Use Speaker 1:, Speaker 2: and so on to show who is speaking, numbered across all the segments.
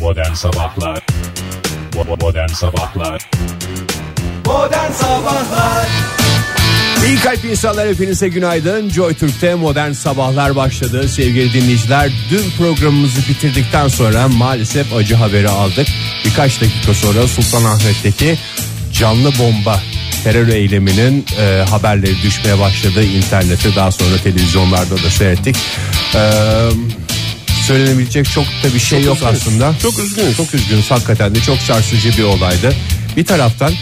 Speaker 1: Modern Sabahlar Bo- Modern Sabahlar
Speaker 2: Modern Sabahlar İyi kalp insanlar hepinize günaydın. Joy Türk'te modern sabahlar başladı. Sevgili dinleyiciler dün programımızı bitirdikten sonra maalesef acı haberi aldık. Birkaç dakika sonra Sultanahmet'teki canlı bomba terör eyleminin e, haberleri düşmeye başladı. İnternette daha sonra televizyonlarda da seyrettik. E, söylenebilecek çok da bir şey yok aslında.
Speaker 3: Çok üzgünüz.
Speaker 2: Çok üzgünüz hakikaten de çok sarsıcı bir olaydı. Bir taraftan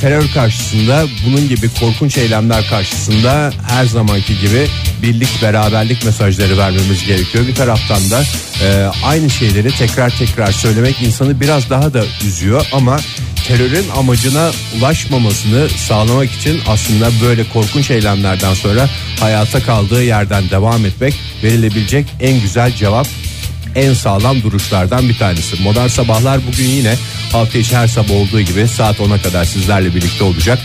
Speaker 2: terör karşısında bunun gibi korkunç eylemler karşısında her zamanki gibi birlik beraberlik mesajları vermemiz gerekiyor. Bir taraftan da e, aynı şeyleri tekrar tekrar söylemek insanı biraz daha da üzüyor ama terörün amacına ulaşmamasını sağlamak için aslında böyle korkunç eylemlerden sonra hayata kaldığı yerden devam etmek verilebilecek en güzel cevap en sağlam duruşlardan bir tanesi. Modern Sabahlar bugün yine hafta içi her sabah olduğu gibi saat 10'a kadar sizlerle birlikte olacak.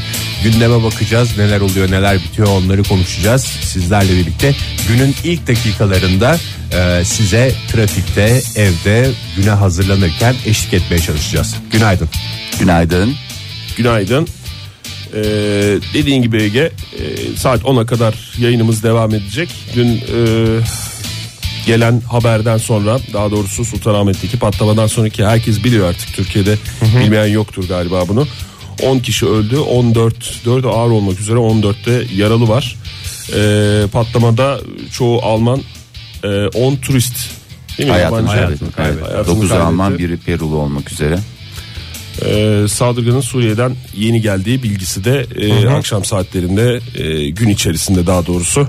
Speaker 2: Gündeme bakacağız neler oluyor neler bitiyor onları konuşacağız. Sizlerle birlikte günün ilk dakikalarında e, size trafikte evde güne hazırlanırken eşlik etmeye çalışacağız. Günaydın.
Speaker 4: Günaydın.
Speaker 3: Günaydın. Ee, dediğin gibi Ege e, saat 10'a kadar yayınımız devam edecek. Dün e, gelen haberden sonra daha doğrusu Sultanahmet'teki patlamadan sonraki herkes biliyor artık Türkiye'de bilmeyen yoktur galiba bunu. 10 kişi öldü 14 4'ü ağır olmak üzere 14'te yaralı var. Ee, patlamada çoğu Alman e, 10 turist değil mi?
Speaker 4: Hayatını
Speaker 3: Yabancı-
Speaker 4: kaybetti.
Speaker 3: Hayatını
Speaker 4: 9
Speaker 3: kaybetti.
Speaker 4: Alman, biri Perulu olmak üzere.
Speaker 3: Ee, saldırganın Suriye'den yeni geldiği bilgisi de e, akşam saatlerinde e, gün içerisinde daha doğrusu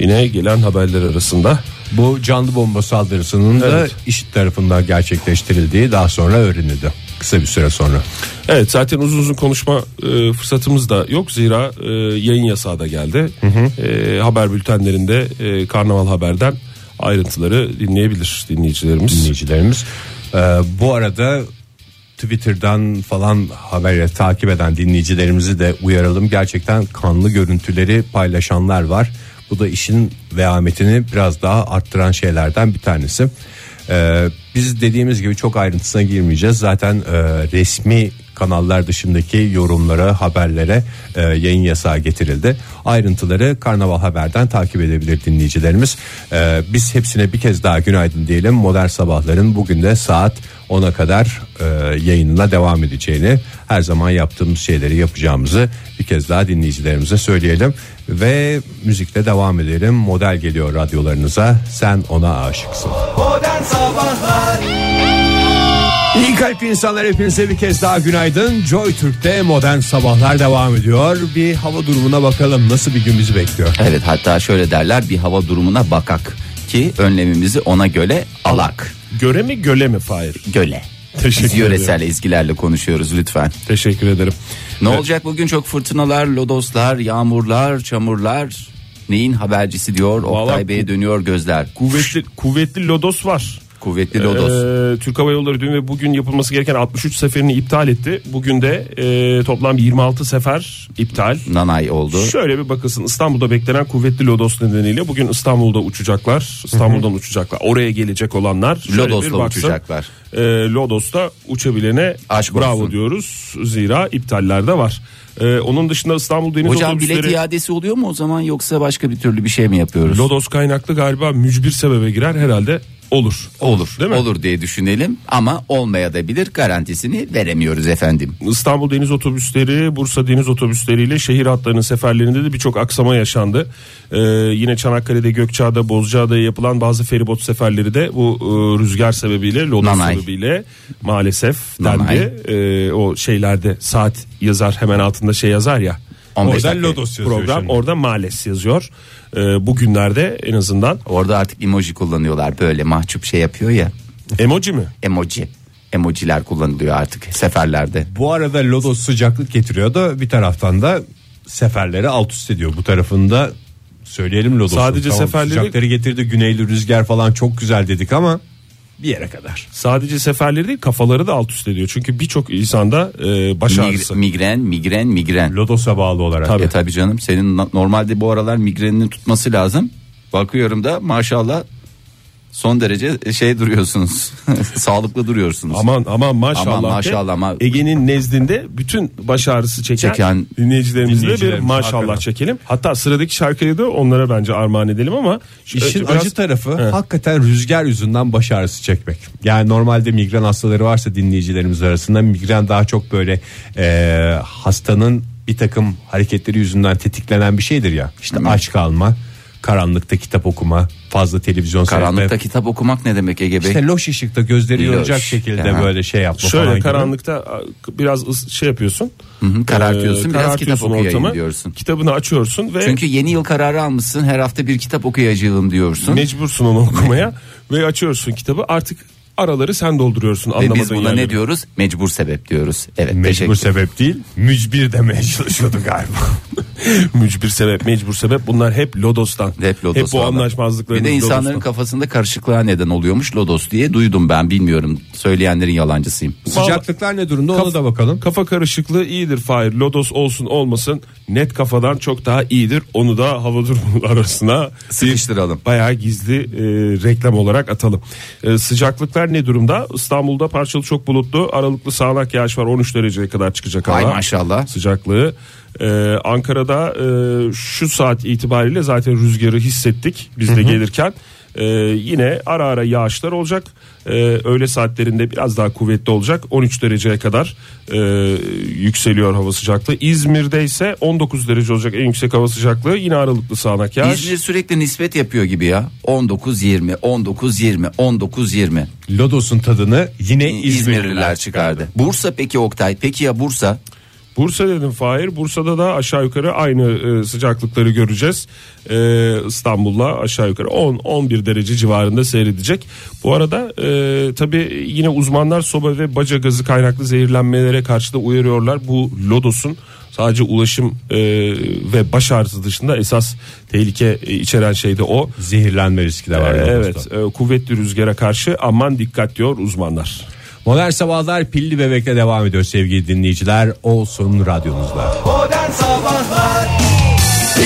Speaker 3: yine gelen haberler arasında.
Speaker 2: Bu canlı bomba saldırısının da
Speaker 3: Evet.
Speaker 2: IŞİD tarafından gerçekleştirildiği daha sonra öğrenildi. Kısa bir süre sonra.
Speaker 3: Evet zaten uzun uzun konuşma e, fırsatımız da yok zira e, yayın yasağı da geldi. E, haber bültenlerinde e, Karnaval Haber'den ayrıntıları dinleyebilir dinleyicilerimiz.
Speaker 2: dinleyicilerimiz. Ee, bu arada Twitter'dan falan haberi takip eden dinleyicilerimizi de uyaralım. Gerçekten kanlı görüntüleri paylaşanlar var. Bu da işin vehametini biraz daha arttıran şeylerden bir tanesi. Ee, biz dediğimiz gibi çok ayrıntısına girmeyeceğiz. Zaten e, resmi kanallar dışındaki yorumlara, haberlere e, yayın yasağı getirildi. Ayrıntıları Karnaval Haber'den takip edebilir dinleyicilerimiz. E, biz hepsine bir kez daha günaydın diyelim. Modern Sabahların bugün de saat 10'a kadar e, yayınına devam edeceğini, her zaman yaptığımız şeyleri yapacağımızı bir kez daha dinleyicilerimize söyleyelim. Ve müzikle devam edelim. Model geliyor radyolarınıza. Sen ona aşıksın. İyi kalp insanlar hepinize bir kez daha günaydın. Joy Türk'te modern sabahlar devam ediyor. Bir hava durumuna bakalım nasıl bir gün bizi bekliyor.
Speaker 4: Evet hatta şöyle derler bir hava durumuna bakak ki önlemimizi ona göre alak.
Speaker 3: Göre mi göle mi Fahir?
Speaker 4: Göle.
Speaker 3: Teşekkür
Speaker 4: Biz
Speaker 3: ederim.
Speaker 4: yöresel ezgilerle konuşuyoruz lütfen.
Speaker 3: Teşekkür ederim.
Speaker 4: Ne olacak bugün çok fırtınalar, lodoslar, yağmurlar, çamurlar. Neyin habercisi diyor
Speaker 3: Vallahi
Speaker 4: Oktay Bey'e dönüyor gözler.
Speaker 3: Kuvvetli, kuvvetli lodos var.
Speaker 4: Kuvvetli lodos.
Speaker 3: Ee, Türk Hava Yolları dün ve bugün yapılması gereken 63 seferini iptal etti. Bugün de e, toplam 26 sefer iptal.
Speaker 4: Nanay oldu.
Speaker 3: Şöyle bir bakılsın İstanbul'da beklenen kuvvetli lodos nedeniyle bugün İstanbul'da uçacaklar. İstanbul'dan uçacaklar. Oraya gelecek olanlar şöyle
Speaker 4: Lodos'la
Speaker 3: bir baksın.
Speaker 4: uçacaklar.
Speaker 3: E, Lodos'ta uçabilene
Speaker 4: Aşk
Speaker 3: bravo
Speaker 4: olsun.
Speaker 3: diyoruz. Zira iptaller de var. E, onun dışında İstanbul Deniz
Speaker 4: Hocam
Speaker 3: Otobüsleri...
Speaker 4: bilet iadesi oluyor mu o zaman yoksa başka bir türlü bir şey mi yapıyoruz?
Speaker 3: Lodos kaynaklı galiba mücbir sebebe girer herhalde olur.
Speaker 4: Olur.
Speaker 3: Değil mi?
Speaker 4: Olur diye düşünelim ama olmaya da bilir garantisini veremiyoruz efendim.
Speaker 3: İstanbul Deniz Otobüsleri, Bursa Deniz Otobüsleri ile şehir hatlarının seferlerinde de birçok aksama yaşandı. Ee, yine Çanakkale'de, Gökçeada, Bozcaada'ya yapılan bazı feribot seferleri de bu e, rüzgar sebebiyle, lodos
Speaker 4: Nanay.
Speaker 3: sebebiyle maalesef
Speaker 4: Nanay.
Speaker 3: dendi. Ee, o şeylerde saat yazar hemen altında şey yazar ya.
Speaker 4: 15
Speaker 3: Orada
Speaker 4: dakika.
Speaker 3: Lodos yazıyor program orada maalesef yazıyor. Ee, bugünlerde en azından
Speaker 4: Orada artık emoji kullanıyorlar böyle mahcup şey yapıyor ya
Speaker 3: emoji mi?
Speaker 4: emoji. Emojiler kullanılıyor artık seferlerde.
Speaker 2: Bu arada lodos sıcaklık getiriyor da bir taraftan da seferleri alt üst ediyor. Bu tarafında söyleyelim lodosu.
Speaker 3: Sadece seferleri-
Speaker 2: sıcakları getirdi. Güneyli rüzgar falan çok güzel dedik ama bir yere kadar.
Speaker 3: Sadece seferleri değil kafaları da alt üst ediyor. Çünkü birçok insanda e, baş
Speaker 4: Migre-
Speaker 3: ağrısı.
Speaker 4: migren migren migren.
Speaker 2: Lodosa bağlı olarak.
Speaker 4: E tabi canım senin na- normalde bu aralar migrenini tutması lazım. Bakıyorum da maşallah son derece şey duruyorsunuz. Sağlıklı duruyorsunuz.
Speaker 3: Aman aman maşallah.
Speaker 4: Aman
Speaker 3: de
Speaker 4: maşallah, ma-
Speaker 3: Ege'nin nezdinde bütün baş ağrısı çeken,
Speaker 4: Çeken
Speaker 3: dinleyicilerimizle bir
Speaker 2: dinleyicilerimiz
Speaker 3: maşallah
Speaker 2: hakikaten.
Speaker 3: çekelim. Hatta sıradaki şarkıyı da onlara bence armağan edelim ama şu-
Speaker 2: İşin
Speaker 3: biraz-
Speaker 2: acı tarafı
Speaker 3: He.
Speaker 2: hakikaten rüzgar yüzünden baş ağrısı çekmek. Yani normalde migren hastaları varsa dinleyicilerimiz arasında migren daha çok böyle e, hastanın bir takım hareketleri yüzünden tetiklenen bir şeydir ya. İşte aç kalma, karanlıkta kitap okuma, fazla televizyon
Speaker 4: Karanlıkta
Speaker 2: seyretme.
Speaker 4: kitap okumak ne demek Ege Bey?
Speaker 2: İşte loş ışıkta gözleri
Speaker 4: Loş,
Speaker 2: yoracak şekilde
Speaker 4: aha.
Speaker 2: böyle şey yapma falan
Speaker 3: Şöyle
Speaker 2: gibi.
Speaker 3: karanlıkta a, biraz ıs- şey yapıyorsun.
Speaker 4: hı, karartıyorsun, biraz kitap okuyayım diyorsun.
Speaker 3: Kitabını açıyorsun ve
Speaker 4: Çünkü yeni yıl kararı almışsın. Her hafta bir kitap okuyacağım diyorsun.
Speaker 3: mecbursun onu okumaya ve açıyorsun kitabı. Artık araları sen dolduruyorsun
Speaker 4: Ve
Speaker 3: anlamadığın
Speaker 4: biz buna
Speaker 3: yerleri.
Speaker 4: ne diyoruz? Mecbur sebep diyoruz. Evet.
Speaker 2: Mecbur
Speaker 4: teşekkür.
Speaker 2: sebep değil, mücbir demeye çalışıyordu galiba.
Speaker 3: Mücbir sebep, mecbur sebep bunlar hep Lodos'tan.
Speaker 4: Hep, Lodos
Speaker 3: bu
Speaker 4: falan.
Speaker 3: anlaşmazlıklarımız
Speaker 4: Bir de insanların
Speaker 3: Lodos'tan.
Speaker 4: kafasında karışıklığa neden oluyormuş Lodos diye duydum ben bilmiyorum. Söyleyenlerin yalancısıyım.
Speaker 2: Sıcaklıklar ne durumda ona
Speaker 3: Kaf-
Speaker 2: da bakalım.
Speaker 3: Kafa karışıklığı iyidir Fahir. Lodos olsun olmasın net kafadan çok daha iyidir. Onu da hava durumu arasına
Speaker 4: Sıkıştıralım.
Speaker 3: bayağı gizli e, reklam olarak atalım. E, sıcaklıklar ne durumda? İstanbul'da parçalı çok bulutlu. Aralıklı sağanak yağış var. 13 dereceye kadar çıkacak hava.
Speaker 4: Ay maşallah.
Speaker 3: Sıcaklığı. E, Ankara'da e, şu saat itibariyle zaten rüzgarı hissettik biz de gelirken. E, yine ara ara yağışlar olacak. E, öğle saatlerinde biraz daha kuvvetli olacak. 13 dereceye kadar e, yükseliyor hava sıcaklığı. İzmir'de ise 19 derece olacak en yüksek hava sıcaklığı. Yine aralıklı sağanak yağış.
Speaker 4: İzmir sürekli nispet yapıyor gibi ya. 19 20 19 20 19 20.
Speaker 2: Lodos'un tadını yine
Speaker 4: İzmirliler çıkardı. Bursa peki Oktay? Peki ya Bursa?
Speaker 3: Bursa dedim Fahir. Bursa'da da aşağı yukarı aynı e, sıcaklıkları göreceğiz. E, İstanbul'la aşağı yukarı 10-11 derece civarında seyredecek. Bu arada e, tabii yine uzmanlar soba ve baca gazı kaynaklı zehirlenmelere karşı da uyarıyorlar. Bu lodosun sadece ulaşım e, ve baş ağrısı dışında esas tehlike e, içeren şey de o.
Speaker 2: Zehirlenme riski de var.
Speaker 3: E,
Speaker 2: Lodos'ta.
Speaker 3: evet e, kuvvetli rüzgara karşı aman dikkat diyor uzmanlar.
Speaker 2: Modern Sabahlar pilli bebekle devam ediyor sevgili dinleyiciler. Olsun radyonuzda.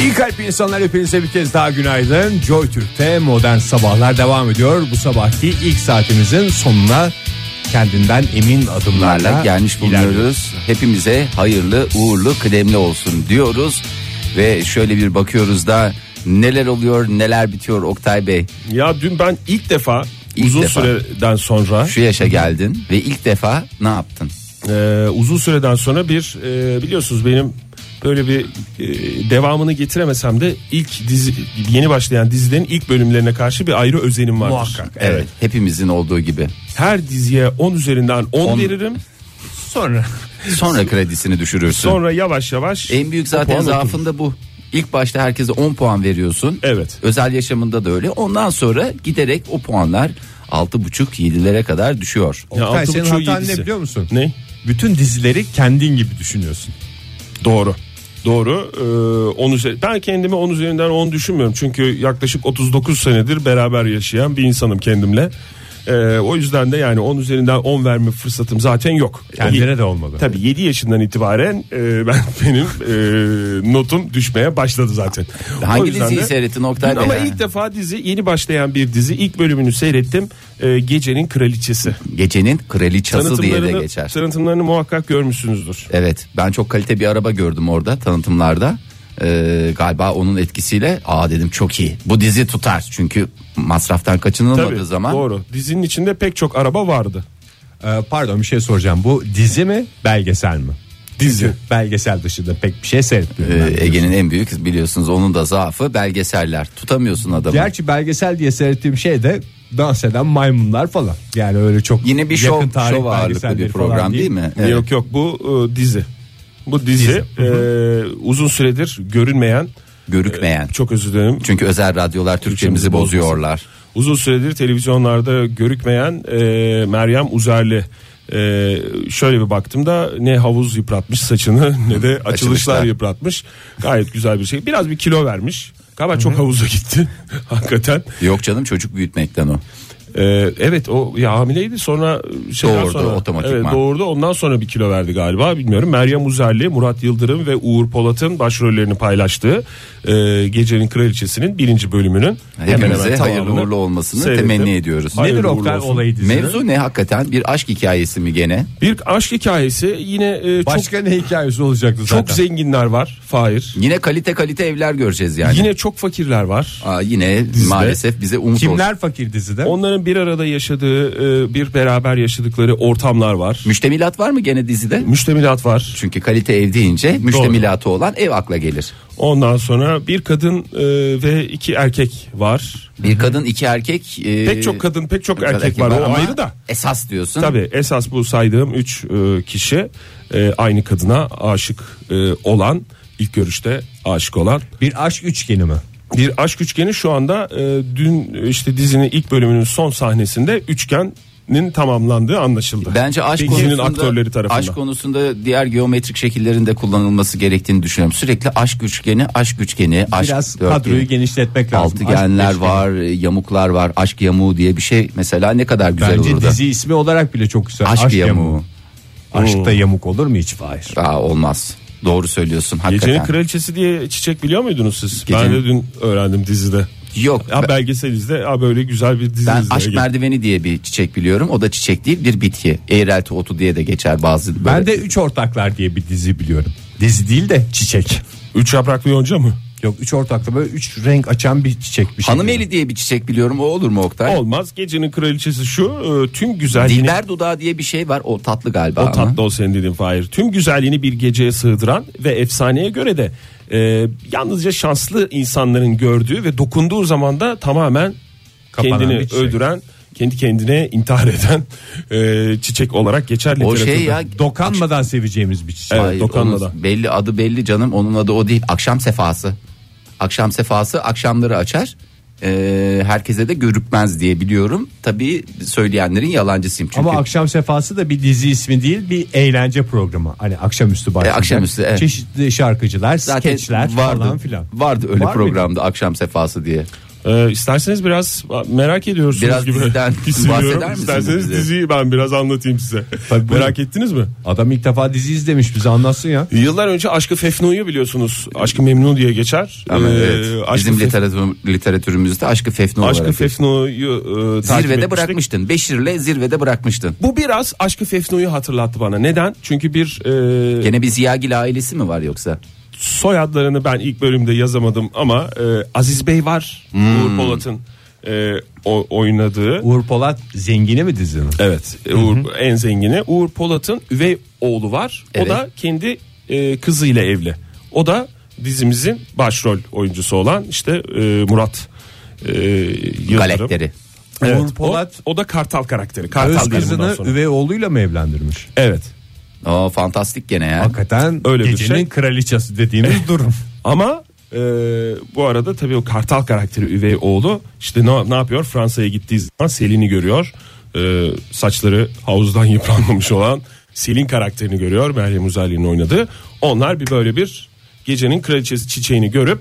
Speaker 2: İyi kalp insanlar hepinize bir kez daha günaydın. Joy Türk'te Modern Sabahlar devam ediyor. Bu sabahki ilk saatimizin sonuna kendinden emin adımlarla
Speaker 4: Bunlarla gelmiş
Speaker 2: ilerliyoruz.
Speaker 4: bulunuyoruz. Hepimize hayırlı, uğurlu, kıdemli olsun diyoruz. Ve şöyle bir bakıyoruz da neler oluyor, neler bitiyor Oktay Bey.
Speaker 3: Ya dün ben ilk defa
Speaker 4: İlk
Speaker 3: uzun
Speaker 4: defa.
Speaker 3: süreden sonra
Speaker 4: Şu yaşa geldin ve ilk defa ne yaptın?
Speaker 3: Ee, uzun süreden sonra bir e, biliyorsunuz benim böyle bir e, devamını getiremesem de ilk dizi yeni başlayan dizilerin ilk bölümlerine karşı bir ayrı özenim vardır.
Speaker 2: Muhakkak.
Speaker 4: Evet. hepimizin olduğu gibi.
Speaker 3: Her diziye 10 üzerinden 10,
Speaker 4: On.
Speaker 3: veririm.
Speaker 2: Sonra
Speaker 4: Sonra kredisini düşürürsün.
Speaker 3: Sonra yavaş yavaş
Speaker 4: En büyük
Speaker 3: o
Speaker 4: zaten
Speaker 3: puan
Speaker 4: zaafın da bu. İlk başta herkese 10 puan veriyorsun.
Speaker 3: Evet.
Speaker 4: Özel yaşamında da öyle. Ondan sonra giderek o puanlar 6,5-7'lere kadar düşüyor.
Speaker 3: Ya
Speaker 2: Oktay,
Speaker 3: altı
Speaker 2: senin
Speaker 3: buçuğu
Speaker 2: hatan
Speaker 3: yedisi.
Speaker 2: ne biliyor musun?
Speaker 3: Ne?
Speaker 2: Bütün dizileri kendin gibi düşünüyorsun.
Speaker 3: Doğru. Doğru. Ee, 10 üzeri- ben kendimi 10 üzerinden 10 düşünmüyorum. Çünkü yaklaşık 39 senedir beraber yaşayan bir insanım kendimle. Ee, o yüzden de yani 10 üzerinden 10 verme fırsatım zaten yok.
Speaker 2: Kendine de olmadı.
Speaker 3: Tabii 7 yaşından itibaren e, ben benim e, notum düşmeye başladı zaten. O
Speaker 4: E, Hangi
Speaker 3: yüzden
Speaker 4: diziyi
Speaker 3: de-
Speaker 4: seyrettin Oktay Bey?
Speaker 3: Ama
Speaker 4: Ha.
Speaker 3: ilk defa dizi yeni başlayan bir dizi ilk bölümünü seyrettim. E, Gecenin Kraliçesi.
Speaker 4: Gecenin kraliçası diye de
Speaker 3: Tanıtımlarını-
Speaker 4: geçer.
Speaker 3: Tanıtımlarını muhakkak görmüşsünüzdür.
Speaker 4: Evet ben çok kalite bir araba gördüm orada tanıtımlarda. Ee, galiba onun etkisiyle aa dedim çok iyi. Bu dizi tutar çünkü masraftan kaçınılmadığı
Speaker 3: Tabii
Speaker 4: zaman.
Speaker 3: doğru. Dizinin içinde pek çok araba vardı.
Speaker 2: Ee, pardon bir şey soracağım. Bu dizi mi belgesel mi?
Speaker 3: Dizi.
Speaker 2: Belgesel dışında pek bir şey seyretmiyorum. ben.
Speaker 4: Ee, Ege'nin en büyük biliyorsunuz onun da zaafı belgeseller. Tutamıyorsun adamı.
Speaker 2: Gerçi belgesel diye seyrettiğim şey de dans eden maymunlar falan. Yani öyle çok
Speaker 4: Yine bir
Speaker 2: yakın
Speaker 4: şov,
Speaker 2: tarih
Speaker 4: şov ağırlıklı
Speaker 2: belgeselleri
Speaker 4: bir
Speaker 2: falan
Speaker 4: program değil mi? Evet.
Speaker 3: Yok yok bu e, dizi. Bu dizi, e, uzun süredir görünmeyen,
Speaker 4: Görükmeyen.
Speaker 3: çok özür dilerim.
Speaker 4: Çünkü özel radyolar Türkçemizi
Speaker 3: Türkçemizi
Speaker 4: bozuyorlar.
Speaker 3: Uzun süredir televizyonlarda görükmeyen e, Meryem Uzerli. E, şöyle bir baktım da ne havuz yıpratmış saçını ne de açılışlar,
Speaker 4: Açılışlar.
Speaker 3: yıpratmış. Gayet güzel bir şey. Biraz bir kilo vermiş. Galiba çok havuza gitti. Hakikaten.
Speaker 4: Yok canım çocuk büyütmekten o.
Speaker 3: Ee, evet o ya hamileydi sonra şeyden
Speaker 4: Doğurdu
Speaker 3: sonra,
Speaker 4: otomatikman.
Speaker 3: Evet, doğurdu ondan sonra bir kilo verdi galiba bilmiyorum. Meryem Uzerli, Murat Yıldırım ve Uğur Polat'ın başrollerini paylaştığı e, Gecenin Kraliçesi'nin birinci bölümünün
Speaker 4: Hepimize
Speaker 3: hemen hemen
Speaker 4: hayırlı
Speaker 3: tamamını
Speaker 4: uğurlu olmasını
Speaker 3: seyrettim.
Speaker 4: temenni ediyoruz.
Speaker 3: Hayırlı
Speaker 2: Nedir
Speaker 3: uğurlu
Speaker 2: Oktay
Speaker 3: olsun.
Speaker 2: olayı dizinin?
Speaker 4: Mevzu ne hakikaten bir aşk hikayesi mi gene?
Speaker 3: Bir aşk hikayesi yine e, çok
Speaker 2: Başka ne hikayesi olacaktı zaten?
Speaker 3: çok zenginler var. Fahir.
Speaker 4: Yine kalite kalite evler göreceğiz yani. Yine,
Speaker 3: Yine çok fakirler var.
Speaker 4: Aa, yine maalesef bize umut olsun.
Speaker 2: Kimler fakir dizide?
Speaker 3: Onların bir arada yaşadığı, e, bir beraber yaşadıkları ortamlar var.
Speaker 4: Müştemilat var mı gene dizide?
Speaker 3: Müştemilat var.
Speaker 4: Çünkü kalite ev deyince müştemilatı olan ev akla gelir.
Speaker 3: Ondan sonra bir kadın e, ve iki erkek var.
Speaker 4: Bir kadın iki erkek. e,
Speaker 3: Pek çok kadın, pek çok erkek, var. O
Speaker 4: ama
Speaker 3: ayrı da.
Speaker 4: Esas diyorsun.
Speaker 3: Tabii esas bu saydığım üç e, kişi e, aynı kadına aşık e, olan, ilk görüşte aşık olan.
Speaker 2: Bir aşk üçgeni mi?
Speaker 3: Bir aşk üçgeni şu anda e, dün işte dizinin ilk bölümünün son sahnesinde üçgenin tamamlandığı anlaşıldı.
Speaker 4: Bence aşk
Speaker 3: Dizinin
Speaker 4: konusunda,
Speaker 3: aktörleri tarafından.
Speaker 4: aşk konusunda diğer geometrik şekillerinde kullanılması gerektiğini düşünüyorum. Sürekli aşk üçgeni, aşk üçgeni, aşk
Speaker 2: Biraz
Speaker 4: dörtgeni.
Speaker 2: kadroyu genişletmek lazım.
Speaker 4: Altıgenler
Speaker 2: Aşk üçgeni.
Speaker 4: var, e, yamuklar var, aşk yamuğu diye bir şey mesela ne kadar güzel
Speaker 2: Bence
Speaker 4: olurdu.
Speaker 2: dizi ismi olarak bile çok güzel.
Speaker 4: Aşk, yamuğu.
Speaker 2: Aşkta yamuk olur mu hiç? Hayır.
Speaker 4: Aa, olmaz. Doğru söylüyorsun hakikaten.
Speaker 3: Gecenin Kraliçesi diye çiçek biliyor muydunuz siz? Ben
Speaker 4: Gecenin-
Speaker 3: de dün öğrendim dizide.
Speaker 4: Yok.
Speaker 3: Ya
Speaker 4: ben,
Speaker 3: belgeselinizde ha böyle güzel bir dizi
Speaker 4: ben
Speaker 3: izlemeye
Speaker 4: aşk
Speaker 3: gittim.
Speaker 4: merdiveni diye bir çiçek biliyorum. O da çiçek değil, bir bitki. Eğrelti otu diye de geçer bazı. böyle-
Speaker 2: Ben de Üç Ortaklar diye bir dizi biliyorum. Dizi değil de çiçek.
Speaker 3: Üç yapraklı yonca mı?
Speaker 2: Yok Üç Ortaklı böyle üç renk açan bir çiçek bir şey.
Speaker 4: Hanımeli diye bir çiçek biliyorum. O olur mu Oktay?
Speaker 3: Olmaz. Gecenin kraliçesi şu. e, Tüm güzelliğini
Speaker 4: Dilber dudağı diye bir şey var. O tatlı galiba.
Speaker 3: o
Speaker 4: ama.
Speaker 3: tatlı o senin dediğin Fahir. Tüm güzelliğini bir geceye sığdıran ve efsaneye göre de e, yalnızca şanslı insanların gördüğü ve dokunduğu zaman da tamamen
Speaker 2: Kapanan
Speaker 3: kendini
Speaker 2: bir çiçek.
Speaker 3: öldüren kendi kendine intihar eden e, çiçek olarak geçer
Speaker 4: O
Speaker 3: literatürde.
Speaker 4: şey ya.
Speaker 2: Dokanmadan seveceğimiz bir çiçek.
Speaker 3: Evet,
Speaker 4: Hayır,
Speaker 3: dokanla
Speaker 4: onun
Speaker 3: da.
Speaker 4: Belli adı belli canım. Onun adı o değil. Akşam sefası. Akşam sefası akşamları açar. Ee, herkese de görükmez diye biliyorum. Tabii söyleyenlerin yalancısıyım çünkü.
Speaker 2: Ama akşam sefası da bir dizi ismi değil bir eğlence programı. Hani
Speaker 3: E,
Speaker 2: akşamüstü başlayacak.
Speaker 4: akşamüstü, evet.
Speaker 2: Çeşitli şarkıcılar, skeçler
Speaker 4: vardı,
Speaker 2: falan filan.
Speaker 4: Vardı öyle
Speaker 2: Var mıydı?
Speaker 4: programda akşam sefası diye.
Speaker 3: E, isterseniz biraz merak ediyorsunuz
Speaker 4: Biraz
Speaker 3: gibi.
Speaker 4: diziden
Speaker 3: hissediyorum.
Speaker 4: bahseder misiniz
Speaker 3: İsterseniz
Speaker 4: bize?
Speaker 3: diziyi ben biraz anlatayım size.
Speaker 2: Tabii, buyurun.
Speaker 3: merak ettiniz mi?
Speaker 2: Adam ilk defa dizi izlemiş bize anlatsın ya.
Speaker 3: Yıllar önce Aşkı Fefnu'yu biliyorsunuz. Aşkı Memnu diye geçer.
Speaker 4: Ama
Speaker 3: Ee,
Speaker 4: evet.
Speaker 3: Aşkı
Speaker 4: Bizim
Speaker 3: Fef-
Speaker 4: literatür, literatürümüzde aşkı fefnu
Speaker 3: Aşkı
Speaker 4: olarak.
Speaker 3: Fefnu'yu e, takip
Speaker 4: zirvede
Speaker 3: etmiştik.
Speaker 4: bırakmıştın. Beşir'le zirvede bırakmıştın.
Speaker 3: Bu biraz Aşkı Fefnu'yu hatırlattı bana. Neden? Çünkü bir e,
Speaker 4: Gene bir Ziyagil ailesi mi var yoksa?
Speaker 3: soyadlarını ben ilk bölümde yazamadım ama e, Aziz Bey var. Uğur Polat'ın e, o- oynadığı.
Speaker 2: Uğur Polat zengini mi dizinin?
Speaker 3: Evet. e, Uğur en zengini. Uğur Polat'ın üvey oğlu var.
Speaker 4: Evet.
Speaker 3: O da kendi e, kızıyla evli. O da dizimizin başrol oyuncusu olan işte e, Murat e, Yıldırım.
Speaker 4: Galakteri.
Speaker 3: Evet,
Speaker 2: Uğur Polat
Speaker 3: o, o da Kartal karakteri.
Speaker 2: öz
Speaker 3: Kartal diyelim bundan
Speaker 2: kızını
Speaker 3: sonra.
Speaker 2: üvey oğluyla mı evlendirmiş?
Speaker 3: Evet.
Speaker 4: O fantastik gene ya.
Speaker 2: Hakikaten
Speaker 3: Öyle bir
Speaker 2: gecenin
Speaker 3: şey.
Speaker 2: kraliçesi dediğimiz durum.
Speaker 3: Ama e, bu arada tabii o Kartal karakteri üvey oğlu işte ne, ne yapıyor? Fransa'ya gittiği zaman Selin'i görüyor. E, saçları havuzdan yıpranmamış olan Selin karakterini görüyor. Meryem Uzerli'nin oynadığı. Onlar bir böyle bir gecenin kraliçesi çiçeğini görüp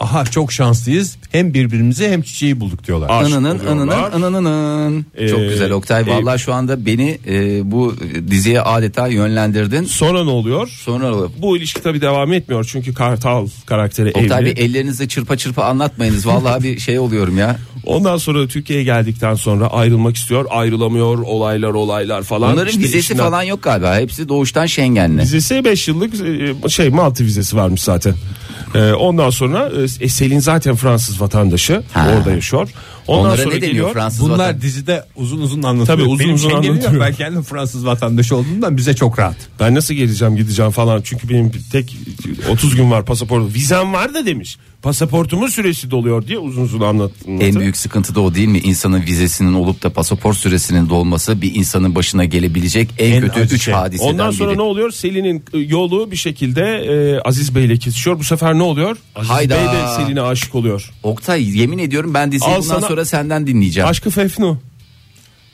Speaker 2: Aha çok şanslıyız. Hem birbirimizi hem çiçeği bulduk diyorlar.
Speaker 3: aşık
Speaker 4: Ananın ananın
Speaker 3: oluyorlar.
Speaker 4: ananın. Çok
Speaker 3: Ee,
Speaker 4: güzel Oktay.
Speaker 3: e-
Speaker 4: Vallahi şu anda beni e, bu diziye adeta yönlendirdin.
Speaker 3: Sonra ne oluyor?
Speaker 4: Sonra
Speaker 3: Bu ilişki tabii devam etmiyor çünkü Kartal karakteri
Speaker 4: Oktay
Speaker 3: evli.
Speaker 4: bir ellerinizle çırpa çırpa anlatmayınız. Vallahi bir şey oluyorum ya.
Speaker 3: Ondan sonra Türkiye'ye geldikten sonra ayrılmak istiyor, ayrılamıyor, olaylar olaylar falan.
Speaker 4: Bunların
Speaker 3: İşte
Speaker 4: vizesi
Speaker 3: işinden-
Speaker 4: falan yok galiba. Hepsi doğuştan Schengenli.
Speaker 3: Vizesi 5 yıllık e, şey Malta vizesi varmış zaten. E, Ondan sonra e, Selin zaten Fransız vatandaşı
Speaker 4: Ha.
Speaker 3: orada yaşıyor. Ondan
Speaker 4: Onlara ne
Speaker 3: sonra
Speaker 4: deniyor
Speaker 3: geliyor.
Speaker 4: Fransız
Speaker 2: Bunlar
Speaker 4: vatan-
Speaker 2: dizide uzun uzun anlatılıyor.
Speaker 3: Tabii uzun
Speaker 2: Benim
Speaker 3: uzun
Speaker 2: Schengen'im yok.
Speaker 3: anlatıyor.
Speaker 2: Ben kendim Fransız vatandaşı olduğumdan bize çok rahat.
Speaker 3: Ben nasıl geleceğim gideceğim falan çünkü benim bir tek 30 gün var pasaport vizem var da demiş. Pasaportumun süresi doluyor diye uzun uzun anlattı.
Speaker 4: En büyük sıkıntı da o değil mi? İnsanın vizesinin olup da pasaport süresinin dolması bir insanın başına gelebilecek en,
Speaker 2: En
Speaker 4: kötü
Speaker 2: acı
Speaker 4: 3
Speaker 2: şey.
Speaker 4: hadiseden
Speaker 3: Ondan sonra
Speaker 4: biri.
Speaker 3: ne oluyor? Selin'in e, yolu bir şekilde e, Aziz Bey ile kesişiyor. Bu sefer ne oluyor? Aziz
Speaker 4: Hayda.
Speaker 3: Bey de Selin'e aşık oluyor.
Speaker 4: Oktay yemin ediyorum ben diziyi
Speaker 3: Al
Speaker 4: bundan
Speaker 3: sana-
Speaker 4: sonra senden dinleyeceğim.
Speaker 3: Aşkı Fefnu.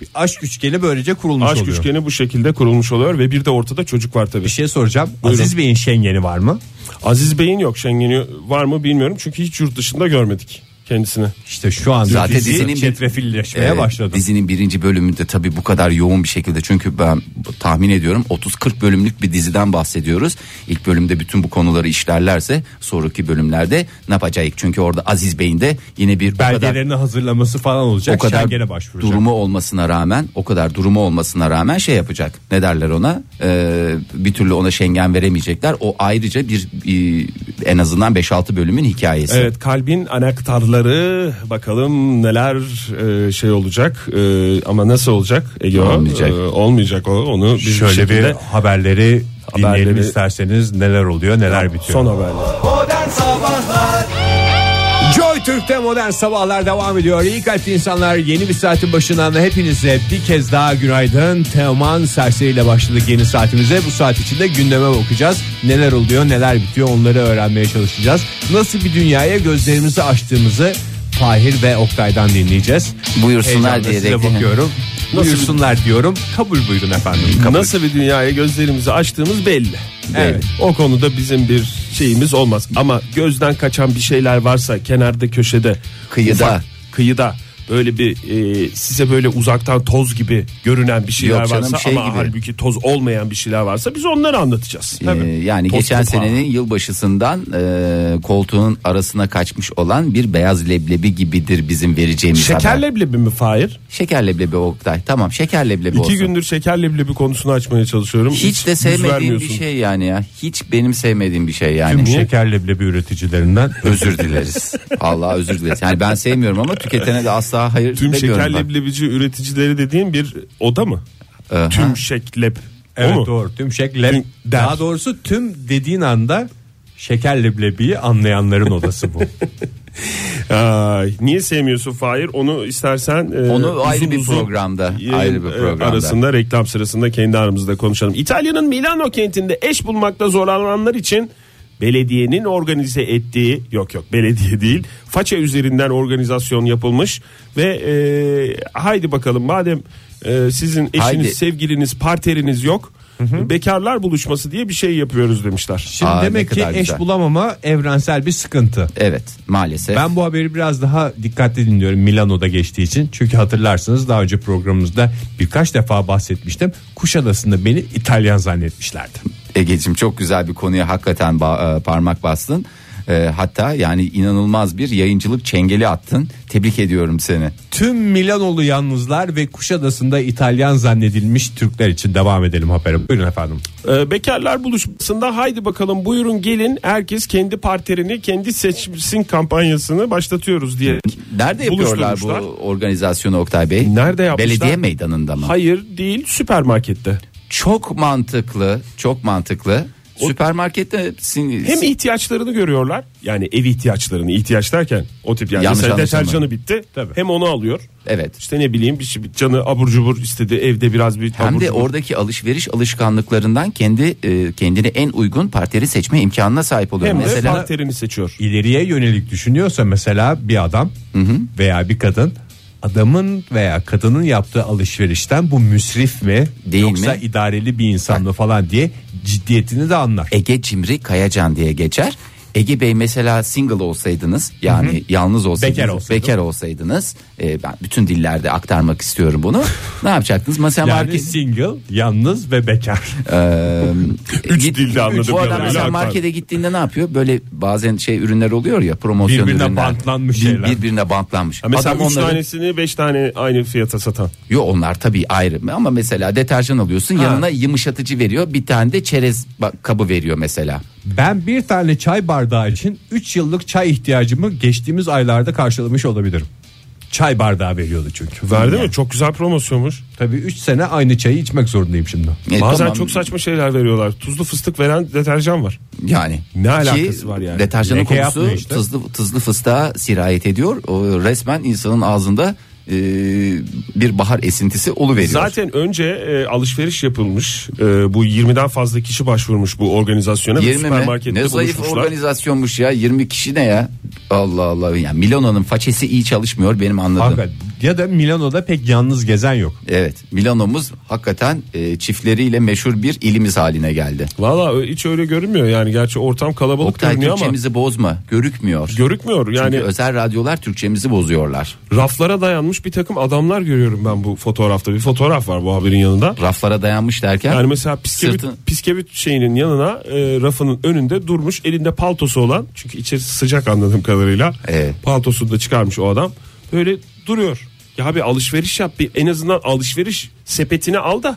Speaker 2: Bir aşk üçgeni böylece kurulmuş
Speaker 3: Aşk
Speaker 2: oluyor.
Speaker 3: üçgeni bu şekilde kurulmuş oluyor ve bir de ortada çocuk var tabii.
Speaker 2: Bir şey soracağım.
Speaker 3: Buyurun.
Speaker 2: Aziz Bey'in Schengen'i var mı?
Speaker 3: Aziz Bey'in yok Schengen'i var mı bilmiyorum çünkü hiç yurt dışında görmedik kendisini.
Speaker 2: İşte şu anda
Speaker 4: Zaten
Speaker 2: dizi
Speaker 4: dizinin bir-
Speaker 2: çetrefilleşmeye
Speaker 4: Ee,
Speaker 2: başladı.
Speaker 4: Dizinin birinci bölümünde tabii bu kadar yoğun bir şekilde çünkü ben tahmin ediyorum 30-40 bölümlük bir diziden bahsediyoruz. İlk bölümde bütün bu konuları işlerlerse sonraki bölümlerde ne yapacak? Çünkü orada Aziz Bey'in de yine bir o kadar
Speaker 2: Belgelerini hazırlaması falan olacak.
Speaker 4: o kadar
Speaker 2: Şengen'e başvuracak.
Speaker 4: durumu olmasına rağmen o kadar durumu olmasına rağmen şey yapacak. Ne derler ona? Ee, bir türlü ona Schengen veremeyecekler. O ayrıca bir, bir- en azından 5-6 bölümün hikayesi.
Speaker 3: Evet kalbin anahtarları bakalım neler e, şey olacak E, ama nasıl olacak Ege o?
Speaker 4: Olmayacak.
Speaker 3: E, olmayacak o onu biz
Speaker 2: Şöyle
Speaker 3: şekilde-
Speaker 2: bir haberleri dinleyelim
Speaker 3: Haberleri-
Speaker 2: isterseniz neler oluyor neler bitiyor.
Speaker 3: son haberler.
Speaker 2: Joy Türk'te modern sabahlar devam ediyor. İyi kalpli insanlar yeni bir saatin başından hepinize bir kez daha günaydın. Teoman Serseri ile başladık yeni saatimize. Bu saat içinde gündeme bakacağız. Neler oluyor neler bitiyor onları öğrenmeye çalışacağız. Nasıl bir dünyaya gözlerimizi açtığımızı Fahir ve Oktay'dan dinleyeceğiz.
Speaker 4: Buyursunlar
Speaker 2: Heyecanla
Speaker 4: diyerek.
Speaker 2: size bakıyorum.
Speaker 3: Nasıl bir-
Speaker 2: Buyursunlar diyorum. Kabul buyurun efendim. Kabul.
Speaker 3: Nasıl bir dünyaya gözlerimizi açtığımız belli.
Speaker 2: Evet.
Speaker 3: O konuda bizim bir şeyimiz olmaz. Ama gözden kaçan bir şeyler varsa kenarda köşede.
Speaker 4: Kıyıda.
Speaker 3: kıyıda böyle bir e, size böyle uzaktan toz gibi görünen bir şeyler
Speaker 4: Yok canım,
Speaker 3: varsa
Speaker 4: şey
Speaker 3: ama
Speaker 4: gibi.
Speaker 3: halbuki toz olmayan bir şeyler varsa biz onları anlatacağız.
Speaker 4: Ee,
Speaker 3: Tabii.
Speaker 4: yani
Speaker 3: Toz
Speaker 4: geçen
Speaker 3: kapağı.
Speaker 4: senenin yılbaşısından e, koltuğun arasına kaçmış olan bir beyaz leblebi gibidir bizim vereceğimiz
Speaker 3: Şeker
Speaker 4: haber.
Speaker 3: leblebi mi Fahir?
Speaker 4: Şeker leblebi Oktay. Tamam şeker leblebi
Speaker 3: İki
Speaker 4: olsun.
Speaker 3: gündür şeker leblebi konusunu açmaya çalışıyorum.
Speaker 4: hiç, de
Speaker 3: yüz
Speaker 4: sevmediğim bir
Speaker 3: vermiyorsun.
Speaker 4: şey yani ya. Hiç benim sevmediğim bir şey yani.
Speaker 2: Tüm şeker leblebi üreticilerinden
Speaker 4: Özür dileriz. Allah özür dileriz. Yani ben sevmiyorum ama tüketene de asla hayır
Speaker 3: Tüm
Speaker 4: demiyorum
Speaker 3: şeker
Speaker 4: ben.
Speaker 3: leblebici üreticileri dediğin bir oda mı?
Speaker 4: Aha.
Speaker 3: Tüm şeklep.
Speaker 2: Evet
Speaker 3: o mu?
Speaker 2: doğru. Tüm şekle.
Speaker 3: Tüm der.
Speaker 2: Daha doğrusu tüm dediğin anda şeker leblebiyi anlayanların odası bu.
Speaker 3: Ay, niye sevmiyorsun Fahir? Onu istersen e,
Speaker 4: Onu ayrı
Speaker 3: uzun
Speaker 4: bir
Speaker 3: uzun
Speaker 4: programda,
Speaker 3: yayın,
Speaker 4: ayrı bir
Speaker 3: e,
Speaker 4: programda.
Speaker 3: arasında reklam sırasında kendi aramızda konuşalım. İtalya'nın Milano kentinde eş bulmakta zorlananlar için belediyenin organize ettiği yok yok belediye değil faça üzerinden organizasyon yapılmış ve e, haydi bakalım madem e, sizin eşiniz
Speaker 4: Haydi.
Speaker 3: sevgiliniz parteriniz yok bekarlar buluşması diye bir şey yapıyoruz demişler.
Speaker 2: Şimdi
Speaker 4: Aa, ne
Speaker 2: demek ki
Speaker 4: kadar
Speaker 2: eş
Speaker 4: güzel.
Speaker 2: bulamama evrensel bir sıkıntı.
Speaker 4: Evet maalesef.
Speaker 2: Ben bu haberi biraz daha dikkatli dinliyorum Milano'da geçtiği için. Çünkü hatırlarsınız daha önce programımızda birkaç defa bahsetmiştim. Kuşadası'nda beni İtalyan zannetmişlerdi.
Speaker 4: Ege'cim çok güzel bir konuya hakikaten ba- e, parmak bastın. E, hatta yani inanılmaz bir yayıncılık çengeli attın. Tebrik ediyorum seni.
Speaker 2: Tüm Milanolu yalnızlar ve Kuşadası'nda İtalyan zannedilmiş Türkler için devam edelim habere. Buyurun efendim.
Speaker 3: Ee, bekarlar buluşmasında haydi bakalım buyurun gelin herkes kendi parterini kendi seçsin kampanyasını başlatıyoruz diye.
Speaker 4: Nerede yapıyorlar bu
Speaker 3: Buluşturmuşlar.
Speaker 4: organizasyonu Oktay Bey?
Speaker 3: Nerede yapmışlar?
Speaker 4: Belediye meydanında mı?
Speaker 3: Hayır değil süpermarkette.
Speaker 4: Çok mantıklı, çok mantıklı. Süpermarkette sin-
Speaker 3: Hem ihtiyaçlarını görüyorlar yani ev ihtiyaçlarını ihtiyaç derken o tip yani
Speaker 4: Yanlış
Speaker 3: mesela
Speaker 4: anlaşılma.
Speaker 3: deterjanı bitti
Speaker 2: Tabii.
Speaker 3: hem onu alıyor.
Speaker 4: Evet.
Speaker 3: İşte ne bileyim bir şey bir canı abur cubur istedi evde biraz bir
Speaker 4: Hem
Speaker 3: abur
Speaker 4: de
Speaker 3: cubur.
Speaker 4: oradaki alışveriş alışkanlıklarından kendi e, kendine en uygun parteri seçme imkanına sahip oluyor.
Speaker 3: hem de
Speaker 4: Mesela
Speaker 3: parterini seçiyor.
Speaker 2: ileriye yönelik düşünüyorsa mesela bir adam veya bir kadın adamın veya kadının yaptığı alışverişten bu müsrif mi
Speaker 4: Değil
Speaker 2: yoksa
Speaker 4: mi?
Speaker 2: idareli bir insan mı falan diye ciddiyetini de anlar.
Speaker 4: Ege Cimri Kayacan diye geçer. Ege Bey mesela single olsaydınız yani yalnız olsaydınız
Speaker 2: Bekar olsaydım.
Speaker 4: bekar olsaydınız e, ben bütün dillerde aktarmak istiyorum bunu. ne yapacaktınız? Mesela
Speaker 2: Yani
Speaker 4: market
Speaker 2: single, yalnız ve bekar.
Speaker 3: Üç
Speaker 4: Git-
Speaker 3: dilde anladığım
Speaker 4: Bu adam
Speaker 3: kadarıyla
Speaker 4: mesela
Speaker 3: aktar.
Speaker 4: markete gittiğinde ne yapıyor? Böyle bazen şey ürünler oluyor ya promosyon
Speaker 2: Birbirine
Speaker 4: ürünler.
Speaker 2: bantlanmış
Speaker 4: Bir-
Speaker 2: şeyler.
Speaker 4: Birbirine bantlanmış.
Speaker 3: Ha, Mesela
Speaker 4: Adam
Speaker 3: üç
Speaker 4: onları-
Speaker 3: tanesini beş tane aynı fiyata satan.
Speaker 4: Yo onlar tabii ayrı ama mesela deterjan alıyorsun yanına yumuşatıcı veriyor bir tane de çerez ba- kabı veriyor mesela.
Speaker 2: Ben bir tane çay bardağı için 3 yıllık çay ihtiyacımı geçtiğimiz aylarda karşılamış olabilirim. Çay bardağı veriyordu çünkü.
Speaker 3: Verdi mi? Çok güzel promosyonmuş.
Speaker 2: Tabii 3 sene aynı çayı içmek zorundayım şimdi.
Speaker 4: E,
Speaker 3: Bazen
Speaker 4: tamam.
Speaker 3: çok saçma şeyler veriyorlar. Tuzlu fıstık veren deterjan var.
Speaker 4: Yani
Speaker 3: Ne alakası var yani?
Speaker 4: Deterjanın
Speaker 2: Leke
Speaker 4: kokusu
Speaker 2: yapmıyor işte.
Speaker 4: tızlı, tızlı fıstığa sirayet ediyor. O resmen insanın ağzında e, bir bahar esintisi oluveriyor.
Speaker 3: Zaten önce e, alışveriş yapılmış. E, bu 20'den fazla kişi başvurmuş bu organizasyona. ve
Speaker 4: 20 mi?
Speaker 3: süpermarkette
Speaker 4: Ne zayıf
Speaker 3: buluşmuşlar.
Speaker 4: organizasyonmuş ya. 20 kişi ne ya? Allah Allah. Yani Milano'nun façesi iyi çalışmıyor benim anladığım.
Speaker 2: Hakikaten. Ya da Milano'da pek yalnız gezen yok.
Speaker 4: Evet. Milano'muz hakikaten e, çiftleriyle meşhur bir ilimiz haline geldi.
Speaker 3: Valla ö- hiç öyle görünmüyor yani gerçi ortam kalabalık
Speaker 4: Oktay
Speaker 3: görünüyor ama
Speaker 4: Türkçemizi bozma. Görükmüyor.
Speaker 3: görükmüyor yani
Speaker 4: Çünkü özel radyolar Türkçemizi bozuyorlar.
Speaker 3: raflara dayanmış bir takım adamlar görüyorum ben bu fotoğrafta bir fotoğraf var bu haberin yanında.
Speaker 4: Raflara dayanmış derken
Speaker 3: Yani mesela piskevit,
Speaker 4: Sırtın-
Speaker 3: piskevit şeyinin yanına e, rafının önünde durmuş elinde paltosu olan çünkü içerisi sıcak anladığım kadarıyla
Speaker 4: Evet.
Speaker 3: paltosunu da çıkarmış o adam böyle duruyor. Ya bir alışveriş yap bir en azından alışveriş sepetini al da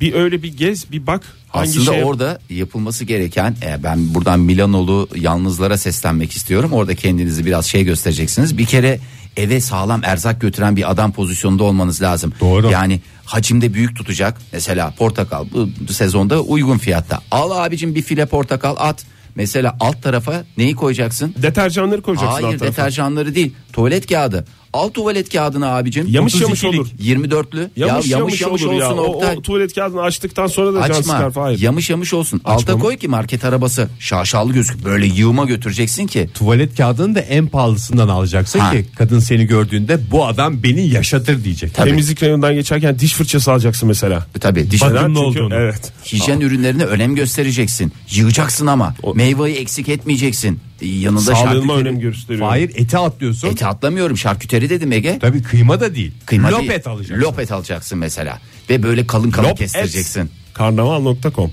Speaker 3: bir öyle bir gez bir bak hangi
Speaker 4: Hmm. Aslında
Speaker 3: şeye-
Speaker 4: orada yapılması gereken e, ben buradan Milanolu yalnızlara seslenmek istiyorum. Orada kendinizi biraz şey göstereceksiniz. Bir kere eve sağlam erzak götüren bir adam pozisyonda olmanız lazım.
Speaker 2: Doğru.
Speaker 4: Yani hacimde büyük tutacak. Mesela portakal bu bu sezonda uygun fiyatta. Al abicim bir file portakal at. Mesela alt tarafa neyi koyacaksın?
Speaker 3: deterjanları koyacaksın alt
Speaker 4: Hayır
Speaker 3: tarafa.
Speaker 4: deterjanları değil. Tuvalet kağıdı. Al tuvalet kağıdını abicim.
Speaker 3: Yamış yamış
Speaker 4: 32'lik,
Speaker 3: olur.
Speaker 4: 24'lü.
Speaker 3: Yamış
Speaker 4: ya,
Speaker 3: yamış, olur ya.
Speaker 4: olsun
Speaker 3: O- O,
Speaker 4: Oktay.
Speaker 3: tuvalet kağıdını açtıktan sonra da can
Speaker 4: Açma.
Speaker 3: sıkar. Hayır.
Speaker 4: Yamış yamış olsun. Alta
Speaker 3: mı?
Speaker 4: koy ki market arabası şaşalı gözük. Böyle yığıma götüreceksin ki.
Speaker 2: Tuvalet kağıdını da en pahalısından alacaksın
Speaker 4: Ha.
Speaker 2: ki kadın seni gördüğünde bu adam beni yaşatır diyecek.
Speaker 4: Tabii.
Speaker 3: Temizlik reyonundan geçerken diş fırçası alacaksın mesela.
Speaker 4: E, Tabii diş
Speaker 2: Bak-
Speaker 3: Neden?
Speaker 2: Kadın ne
Speaker 3: Çünkü-
Speaker 2: olduğunu.
Speaker 3: Evet.
Speaker 4: hijyen ürünlerine önem göstereceksin. Yığacaksın ama meyveyi eksik etmeyeceksin. Ee, Yanında
Speaker 3: Sağlığıma
Speaker 4: şarküteri.
Speaker 3: önem gösteriyor.
Speaker 2: Hayır eti atlıyorsun.
Speaker 4: Eti atlamıyorum. Şarküteri dedim Ege.
Speaker 2: Tabii kıyma da değil.
Speaker 4: Kıyma
Speaker 2: Lopet
Speaker 4: değil.
Speaker 2: alacaksın.
Speaker 4: Lopet alacaksın mesela. Ve böyle kalın kalın
Speaker 3: Lop
Speaker 4: kestireceksin.
Speaker 3: et. Karnaval.com.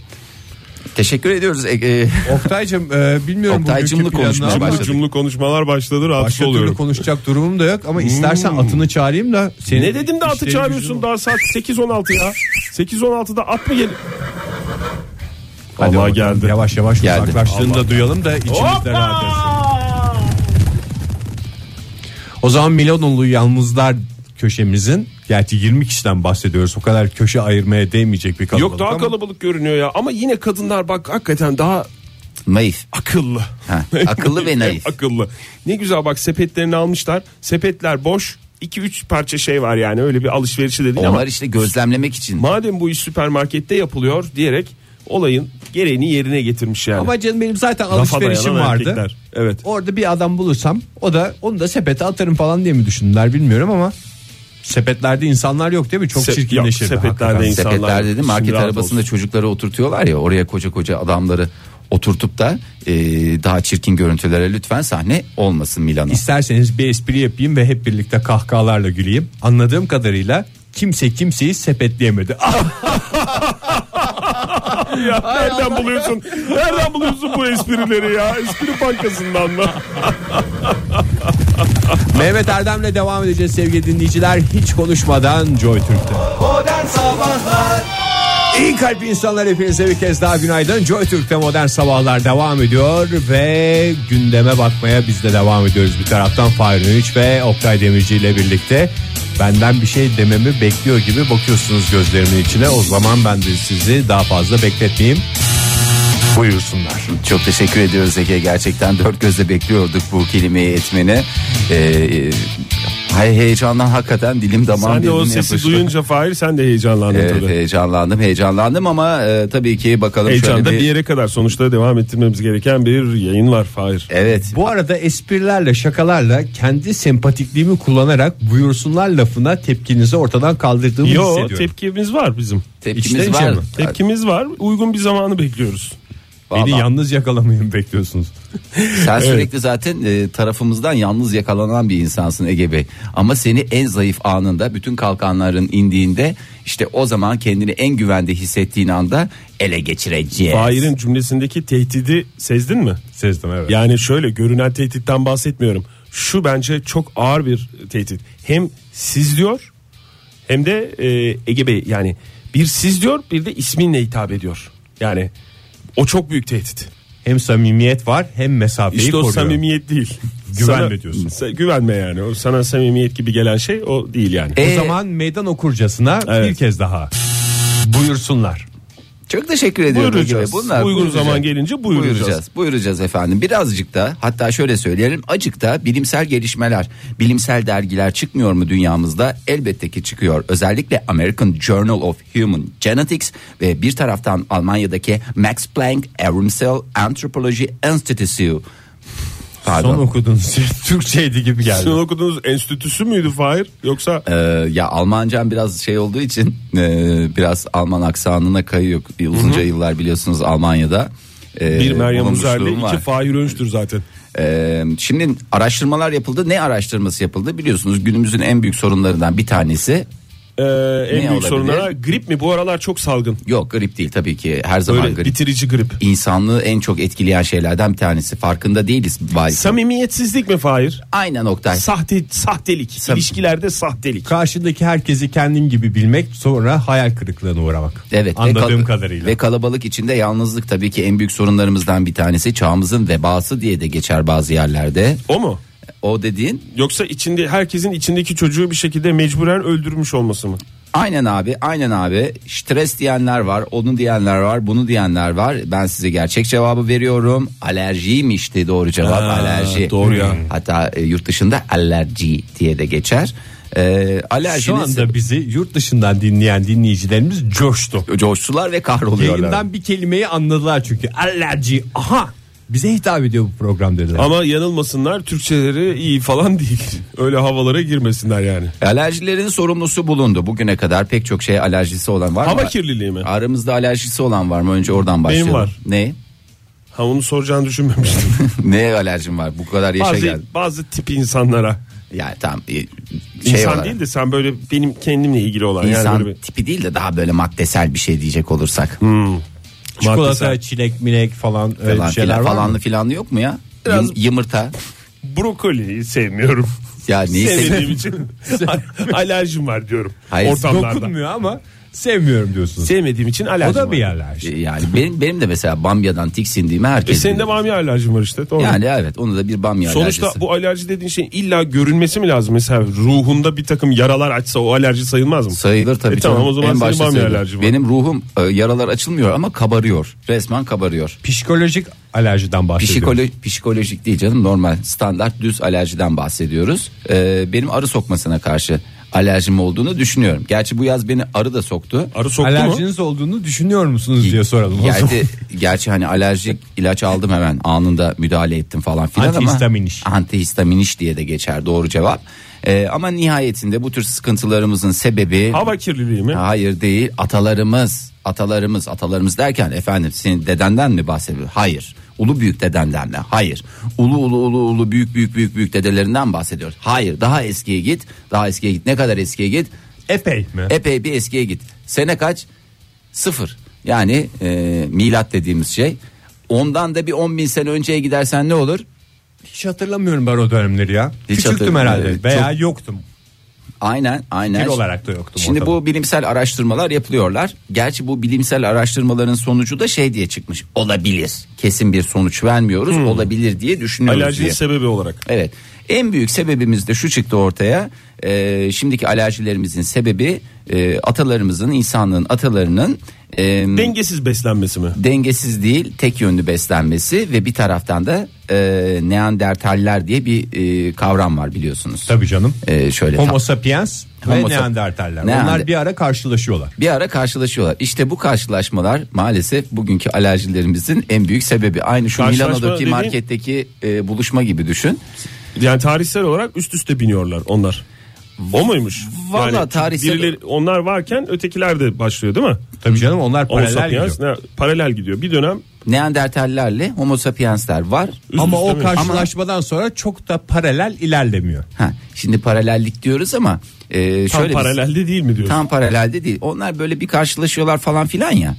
Speaker 4: Teşekkür ediyoruz Ege.
Speaker 2: Oktaycım e, bilmiyorum
Speaker 4: Oktaycımlı
Speaker 2: bugünkü planını
Speaker 4: konuşmaya
Speaker 2: ama
Speaker 4: başladık.
Speaker 3: Cumlu cumlu konuşmalar başladı rahatsız
Speaker 2: Başka türlü
Speaker 3: oluyorum. Hmm.
Speaker 2: konuşacak durumum da yok ama istersen atını çağırayım da. senin
Speaker 3: Ne dedim de atı
Speaker 4: şey
Speaker 2: işlerin
Speaker 3: çağırıyorsun
Speaker 2: gücün-
Speaker 3: daha saat 8.16 ya. 8.16'da at mı gel?
Speaker 2: Hadi
Speaker 3: Allah
Speaker 2: bakalım,
Speaker 3: geldi.
Speaker 2: Yavaş yavaş
Speaker 4: Geldi.
Speaker 2: uzaklaştığını da duyalım da içimizde rahat etsin. O zaman Milanolu yalnızlar köşemizin gerçi 20 kişiden bahsediyoruz. O kadar köşe ayırmaya değmeyecek bir kalabalık.
Speaker 3: Yok daha
Speaker 2: ama
Speaker 3: kalabalık görünüyor ya ama yine kadınlar bak hakikaten daha
Speaker 4: Naif.
Speaker 3: akıllı.
Speaker 4: Ha, akıllı ve naif.
Speaker 3: akıllı. Ne güzel bak sepetlerini almışlar. Sepetler boş. 2-3 parça şey var yani öyle bir alışverişi de değil ama
Speaker 4: Onlar işte gözlemlemek için.
Speaker 3: madem bu iş süpermarkette yapılıyor diyerek olayın gereğini yerine getirmiş yani.
Speaker 2: Ama canım benim zaten
Speaker 3: Rafa
Speaker 2: alışverişim
Speaker 3: dayanan
Speaker 2: vardı.
Speaker 3: erkekler. Evet.
Speaker 2: Orada bir adam bulursam o da onu da sepete atarım falan diye mi düşündüler bilmiyorum ama sepetlerde insanlar yok değil mi? Çok
Speaker 3: Se-
Speaker 2: çirkinleşirdi.
Speaker 3: yok, sepetlerde
Speaker 2: hakikaten.
Speaker 3: insan- İnsanlar
Speaker 4: sepetler dedi market
Speaker 3: şimdi rahat
Speaker 4: arabasında
Speaker 3: olsun.
Speaker 4: çocukları oturtuyorlar ya oraya koca koca adamları oturtup da e, daha çirkin görüntülere lütfen sahne olmasın Milano.
Speaker 2: İsterseniz bir espri yapayım ve hep birlikte kahkahalarla güleyim. Anladığım kadarıyla kimse kimseyi sepetleyemedi. Ah,
Speaker 3: Ya nereden buluyorsun? Nereden buluyorsun bu esprileri ya? Espri bankasından mı?
Speaker 2: Mehmet Erdem'le devam edeceğiz sevgili dinleyiciler. Hiç konuşmadan Joy Türk'te. İyi kalp insanlar hepinize bir kez daha günaydın. Joy Türk'te modern sabahlar devam ediyor ve gündeme bakmaya biz de devam ediyoruz. Bir taraftan Fahri Üç ve Oktay Demirci ile birlikte benden bir şey dememi bekliyor gibi bakıyorsunuz gözlerimin içine. O zaman ben de sizi daha fazla bekletmeyeyim. Buyursunlar.
Speaker 4: Çok teşekkür ediyoruz Ege gerçekten dört gözle bekliyorduk bu kelimeyi etmeni. E, e, hay heyecandan hakikaten dilim damağım
Speaker 3: Sen de o
Speaker 4: birbirine
Speaker 3: sesi
Speaker 4: yapıştı.
Speaker 3: duyunca Fahir sen de heyecanlandın
Speaker 4: Evet,
Speaker 3: tabii.
Speaker 4: heyecanlandım heyecanlandım ama e, tabii ki bakalım şöyle
Speaker 3: Heyecanda
Speaker 4: bir...
Speaker 3: bir yere kadar sonuçta devam ettirmemiz gereken bir yayın var Fahir.
Speaker 4: Evet
Speaker 2: Bu arada esprilerle şakalarla kendi sempatikliğimi kullanarak buyursunlar lafına tepkinizi ortadan kaldırdığımı
Speaker 3: Yo
Speaker 2: hissediyorum.
Speaker 3: tepkimiz var bizim.
Speaker 4: tepkimiz
Speaker 2: içten içe
Speaker 4: var.
Speaker 2: mi?
Speaker 3: Tepkimiz var. Uygun bir zamanı bekliyoruz.
Speaker 2: Beni
Speaker 4: Vallahi.
Speaker 2: yalnız yakalamayın bekliyorsunuz.
Speaker 4: Sen sürekli zaten e, tarafımızdan yalnız yakalanan bir insansın Ege Bey. Ama seni en zayıf anında bütün kalkanların indiğinde işte o zaman kendini en güvende hissettiğin anda ele geçireceğiz.
Speaker 3: Fahir'in cümlesindeki tehdidi sezdin mi?
Speaker 2: Sezdim evet.
Speaker 3: Yani şöyle görünen tehditten bahsetmiyorum. Şu bence çok ağır bir tehdit. Hem siz diyor hem de e, Ege Bey yani bir siz diyor bir de isminle hitap ediyor. Yani o çok büyük tehdit.
Speaker 2: Hem samimiyet var hem mesafeyi
Speaker 3: İşte o
Speaker 2: koruyor.
Speaker 3: samimiyet değil.
Speaker 2: Güvenme
Speaker 3: Sana-
Speaker 2: diyorsun.
Speaker 3: se- güvenme yani. O sana samimiyet gibi gelen şey o değil yani.
Speaker 4: E,
Speaker 2: O zaman meydan okurcasına bir
Speaker 3: Evet.
Speaker 2: kez daha buyursunlar.
Speaker 4: çok teşekkür ediyorum Ege Bey.
Speaker 3: Buyuracağız. Uygun zaman gelince buyuracağız.
Speaker 4: buyuracağız. Buyuracağız efendim. Birazcık da hatta şöyle söyleyelim acık da bilimsel gelişmeler, bilimsel dergiler çıkmıyor mu dünyamızda? Elbette ki çıkıyor. Özellikle American Journal of Human Genetics ve bir taraftan Almanya'daki Max Planck Evrimsel Anthropology Institute Pardon.
Speaker 2: Son okuduğunuz şey Türkçeydi gibi
Speaker 3: Sizin
Speaker 2: geldi.
Speaker 3: okuduğunuz enstitüsü müydü Fahir? Yoksa
Speaker 4: Ee, ya Almancam biraz şey olduğu için e, biraz Alman aksanına kayıyor. Uzunca yıllar biliyorsunuz Almanya'da. e,
Speaker 3: bir Meryem
Speaker 4: bulunmuşluğum
Speaker 3: Uzerli,
Speaker 4: var.
Speaker 3: iki Fahir Önç'tür zaten.
Speaker 4: Ee, şimdi araştırmalar yapıldı. Ne araştırması yapıldı? Biliyorsunuz günümüzün en büyük sorunlarından bir tanesi
Speaker 3: Ee, en büyük
Speaker 4: olabilir?
Speaker 3: sorunlara grip mi? Bu aralar çok salgın.
Speaker 4: yok grip değil tabii ki. Her zaman
Speaker 3: Böyle
Speaker 4: grip.
Speaker 3: bitirici grip.
Speaker 4: İnsanlığı en çok etkileyen şeylerden bir tanesi. Farkında değiliz bazen.
Speaker 3: Samimiyetsizlik mi Fahir?
Speaker 4: Aynen Oktay.
Speaker 3: Sahte, sahtelik.
Speaker 4: Sam-
Speaker 3: İlişkilerde sahtelik.
Speaker 2: Karşındaki herkesi kendim gibi bilmek sonra hayal kırıklığına uğramak.
Speaker 4: Evet ve
Speaker 2: Anladığım
Speaker 4: kal-
Speaker 2: kadarıyla.
Speaker 4: Ve kalabalık içinde yalnızlık tabii ki en büyük sorunlarımızdan bir tanesi. Çağımızın vebası diye de geçer bazı yerlerde.
Speaker 3: O mu?
Speaker 4: O dediğin
Speaker 3: Yoksa içinde herkesin içindeki çocuğu bir şekilde mecburen öldürmüş olması mı?
Speaker 4: aynen abi aynen abi stres diyenler var onu diyenler var bunu diyenler var ben size gerçek cevabı veriyorum alerjiymişti doğru cevap alerji
Speaker 3: doğru ya.
Speaker 4: hatta e, yurt dışında alerji diye de geçer ee,
Speaker 2: Şu
Speaker 4: alerjinin
Speaker 2: anda bizi yurt dışından dinleyen dinleyicilerimiz coştu.
Speaker 4: coştular ve kahroluyorlar
Speaker 2: Yayından bir kelimeyi anladılar çünkü. Alerji. Aha. Bize hitap ediyor bu program dediler.
Speaker 3: Ama yanılmasınlar Türkçeleri iyi falan değil. Öyle havalara girmesinler yani.
Speaker 4: alerjilerin sorumlusu bulundu bugüne kadar pek çok şeye alerjisi olan var
Speaker 3: Hava
Speaker 4: mı?
Speaker 3: kirliliği mi?
Speaker 4: Aramızda alerjisi olan var mı? Önce oradan başlayalım.
Speaker 3: var.
Speaker 4: Ne?
Speaker 3: Ha onu soracağını düşünmemiştim.
Speaker 4: Neye alerjim var? Bu kadar yaşa
Speaker 3: bazı,
Speaker 4: geldim.
Speaker 3: bazı tip insanlara.
Speaker 4: Yani tam e, şey
Speaker 3: İnsan
Speaker 4: olarak.
Speaker 3: değil de sen böyle benim kendimle ilgili olan
Speaker 4: İnsan
Speaker 3: yani böyle bir Hmm.
Speaker 4: tipi değil de daha böyle maddesel bir şey diyecek olursak.
Speaker 2: Çikolata,
Speaker 3: maddesel.
Speaker 2: çilek, minek falan öyle
Speaker 4: falan
Speaker 2: bir şeyler
Speaker 4: filan
Speaker 2: var mı?
Speaker 4: falanlı filanlı yok mu ya?
Speaker 3: Biraz-
Speaker 4: Yım- yumurta.
Speaker 3: Brokoliyi sevmiyorum.
Speaker 4: Ya neyi
Speaker 3: Sevmediğim
Speaker 4: seviyorsun?
Speaker 3: için alerjim var diyorum.
Speaker 4: Hayır,
Speaker 3: Ortamlarda.
Speaker 2: Dokunmuyor ama sevmiyorum diyorsunuz.
Speaker 3: Sevmediğim için
Speaker 2: o
Speaker 3: alerjim
Speaker 2: da bir
Speaker 3: var.
Speaker 2: yerler.
Speaker 4: E, Yani benim benim de mesela bamyadan tiksindiğimi
Speaker 3: E
Speaker 4: herkes.
Speaker 3: senin de
Speaker 4: bilir.
Speaker 3: bamya alerjin var işte. Doğru.
Speaker 4: Yani evet onu da bir bamya
Speaker 3: Sonuçta
Speaker 4: alerjisi.
Speaker 3: bu alerji dediğin şeyin illa görünmesi mi lazım? Mesela ruhunda bir takım yaralar açsa o alerji sayılmaz mı?
Speaker 4: Sayılır tabii.
Speaker 3: E tamam,
Speaker 4: canım.
Speaker 3: o zaman
Speaker 4: En
Speaker 3: senin
Speaker 4: başta
Speaker 3: bamya
Speaker 4: söyledim.
Speaker 3: alerjin var.
Speaker 4: Benim ruhum e, yaralar açılmıyor ama kabarıyor. Resmen kabarıyor.
Speaker 3: Şey
Speaker 2: Psikolojik alerjiden bahsediyorum.
Speaker 4: Psikolo- psikolojik değil canım normal standart düz alerjiden bahsediyoruz. Ee, benim arı sokmasına karşı alerjim olduğunu düşünüyorum. Gerçi bu yaz beni arı da soktu.
Speaker 3: Arı soktu mu?
Speaker 2: Alerjiniz olduğunu düşünüyor musunuz diye soralım. o zaman.
Speaker 4: Gerçi, gerçi hani alerjik ilaç aldım hemen anında müdahale ettim falan filan ama.
Speaker 2: Antihistamin iş.
Speaker 4: Antihistamin iş diye de geçer doğru cevap. Ee, ama nihayetinde bu tür sıkıntılarımızın sebebi
Speaker 3: Hava kirliliği mi?
Speaker 4: Hayır değil atalarımız atalarımız atalarımız derken efendim senin dedenden mi bahsediyor? Hayır. Ulu büyük dedenden mi? Hayır. Ulu ulu ulu ulu büyük büyük büyük büyük dedelerinden bahsediyoruz. Hayır. Daha eskiye git. Daha eskiye git. Ne kadar eskiye git?
Speaker 2: Epey mi?
Speaker 4: Epey bir eskiye git. Sene kaç? Sıfır. Yani e, milat dediğimiz şey. Ondan da bir 10 bin sene önceye gidersen ne olur?
Speaker 2: Hiç hatırlamıyorum ben o dönemleri ya.
Speaker 4: Hiç
Speaker 2: Küçüktüm
Speaker 4: hatırlamıyorum.
Speaker 2: herhalde
Speaker 4: Evet,
Speaker 2: veya yoktum.
Speaker 4: Aynen aynen.
Speaker 2: Bir olarak da yoktum
Speaker 4: Şimdi
Speaker 2: ortada.
Speaker 4: bu bilimsel araştırmalar yapılıyorlar. Gerçi bu bilimsel araştırmaların sonucu da şey diye çıkmış. Olabilir. Kesin bir sonuç vermiyoruz.
Speaker 2: Hmm.
Speaker 4: Olabilir diye düşünüyoruz
Speaker 3: Alerjinin
Speaker 4: diye.
Speaker 3: sebebi olarak.
Speaker 4: Evet. En büyük sebebimiz de şu çıktı ortaya. Ee, şimdiki alerjilerimizin sebebi e, atalarımızın, insanlığın atalarının e,
Speaker 3: Dengesiz beslenmesi mi?
Speaker 4: dengesiz değil, tek yönlü beslenmesi ve bir taraftan da e, neandertaller diye bir e, kavram var biliyorsunuz.
Speaker 2: Tabii canım.
Speaker 4: Ee, şöyle tam-
Speaker 2: Homo sapiens ve
Speaker 4: Homo sap-
Speaker 2: neandertaller.
Speaker 4: Neander-
Speaker 2: Onlar bir ara karşılaşıyorlar.
Speaker 4: Bir ara karşılaşıyorlar. İşte bu karşılaşmalar maalesef bugünkü alerjilerimizin en büyük sebebi. Aynı şu
Speaker 3: Karşılaşma
Speaker 4: Milano'daki
Speaker 3: dediğin-
Speaker 4: marketteki e, buluşma gibi düşün.
Speaker 3: Yani tarihsel olarak üst üste biniyorlar onlar. O muymuş?
Speaker 4: Vallahi tarihsel-
Speaker 3: birileri- onlar varken ötekiler de başlıyor değil mi?
Speaker 2: Tabii canım onlar
Speaker 3: Homo
Speaker 2: paralel
Speaker 3: sapiens,
Speaker 2: gidiyor.
Speaker 3: ne- paralel gidiyor. Bir dönem
Speaker 4: Neandertallerle Homo sapiensler var.
Speaker 3: üst
Speaker 2: Ama
Speaker 3: üste
Speaker 2: o
Speaker 3: mi?
Speaker 2: karşılaşmadan sonra çok da paralel ilerlemiyor.
Speaker 4: Ha, şimdi paralellik diyoruz ama e,
Speaker 3: tam
Speaker 4: şöyle biz-
Speaker 3: paralelde değil mi diyorsun?
Speaker 4: tam paralelde değil. Onlar böyle bir karşılaşıyorlar falan filan ya.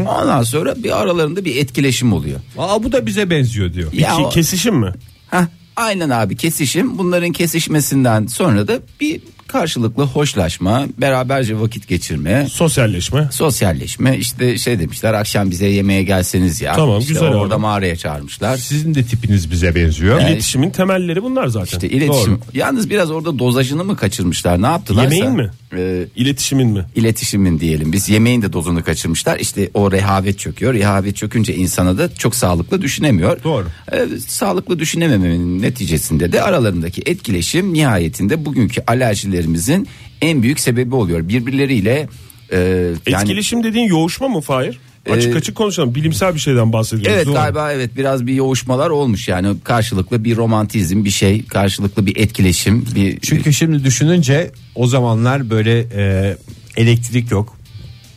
Speaker 4: Ondan sonra bir aralarında bir etkileşim oluyor.
Speaker 2: Aa bu da bize benziyor diyor.
Speaker 4: Ya
Speaker 3: Ki-
Speaker 4: o-
Speaker 3: kesişim mi?
Speaker 4: Hah, aynen abi kesişim. Bunların kesişmesinden sonra da bir karşılıklı hoşlaşma, beraberce vakit geçirme.
Speaker 3: Sosyalleşme.
Speaker 4: sosyalleşme işte şey demişler akşam bize yemeğe gelseniz ya.
Speaker 3: Tamam,
Speaker 4: İşte
Speaker 3: güzel
Speaker 4: Orada
Speaker 3: oldu.
Speaker 4: mağaraya çağırmışlar.
Speaker 2: Sizin de tipiniz bize benziyor.
Speaker 3: İletişimin temelleri bunlar zaten.
Speaker 4: İşte iletişim. Yalnız biraz orada dozajını mı kaçırmışlar ne yaptılarsa.
Speaker 3: Yemeğin mi?
Speaker 4: Ee,
Speaker 3: İletişimin mi?
Speaker 4: iletişimin diyelim biz yemeğin de dozunu kaçırmışlar işte o rehavet çöküyor rehavet çökünce insana da çok sağlıklı düşünemiyor
Speaker 2: Doğru.
Speaker 4: Ee, sağlıklı düşünememenin neticesinde de aralarındaki etkileşim nihayetinde bugünkü alerjilerimizin en büyük sebebi oluyor birbirleriyle e, yani
Speaker 3: Etkileşim dediğin yoğuşma mı Fahir? Açık
Speaker 4: Ee,
Speaker 3: açık konuşalım. Bilimsel bir şeyden bahsediyoruz.
Speaker 4: Evet
Speaker 3: değil mi?
Speaker 4: galiba evet biraz bir yoğuşmalar olmuş yani karşılıklı bir romantizm bir şey karşılıklı bir etkileşim bir
Speaker 2: Çünkü şimdi düşününce o zamanlar böyle e, elektrik yok.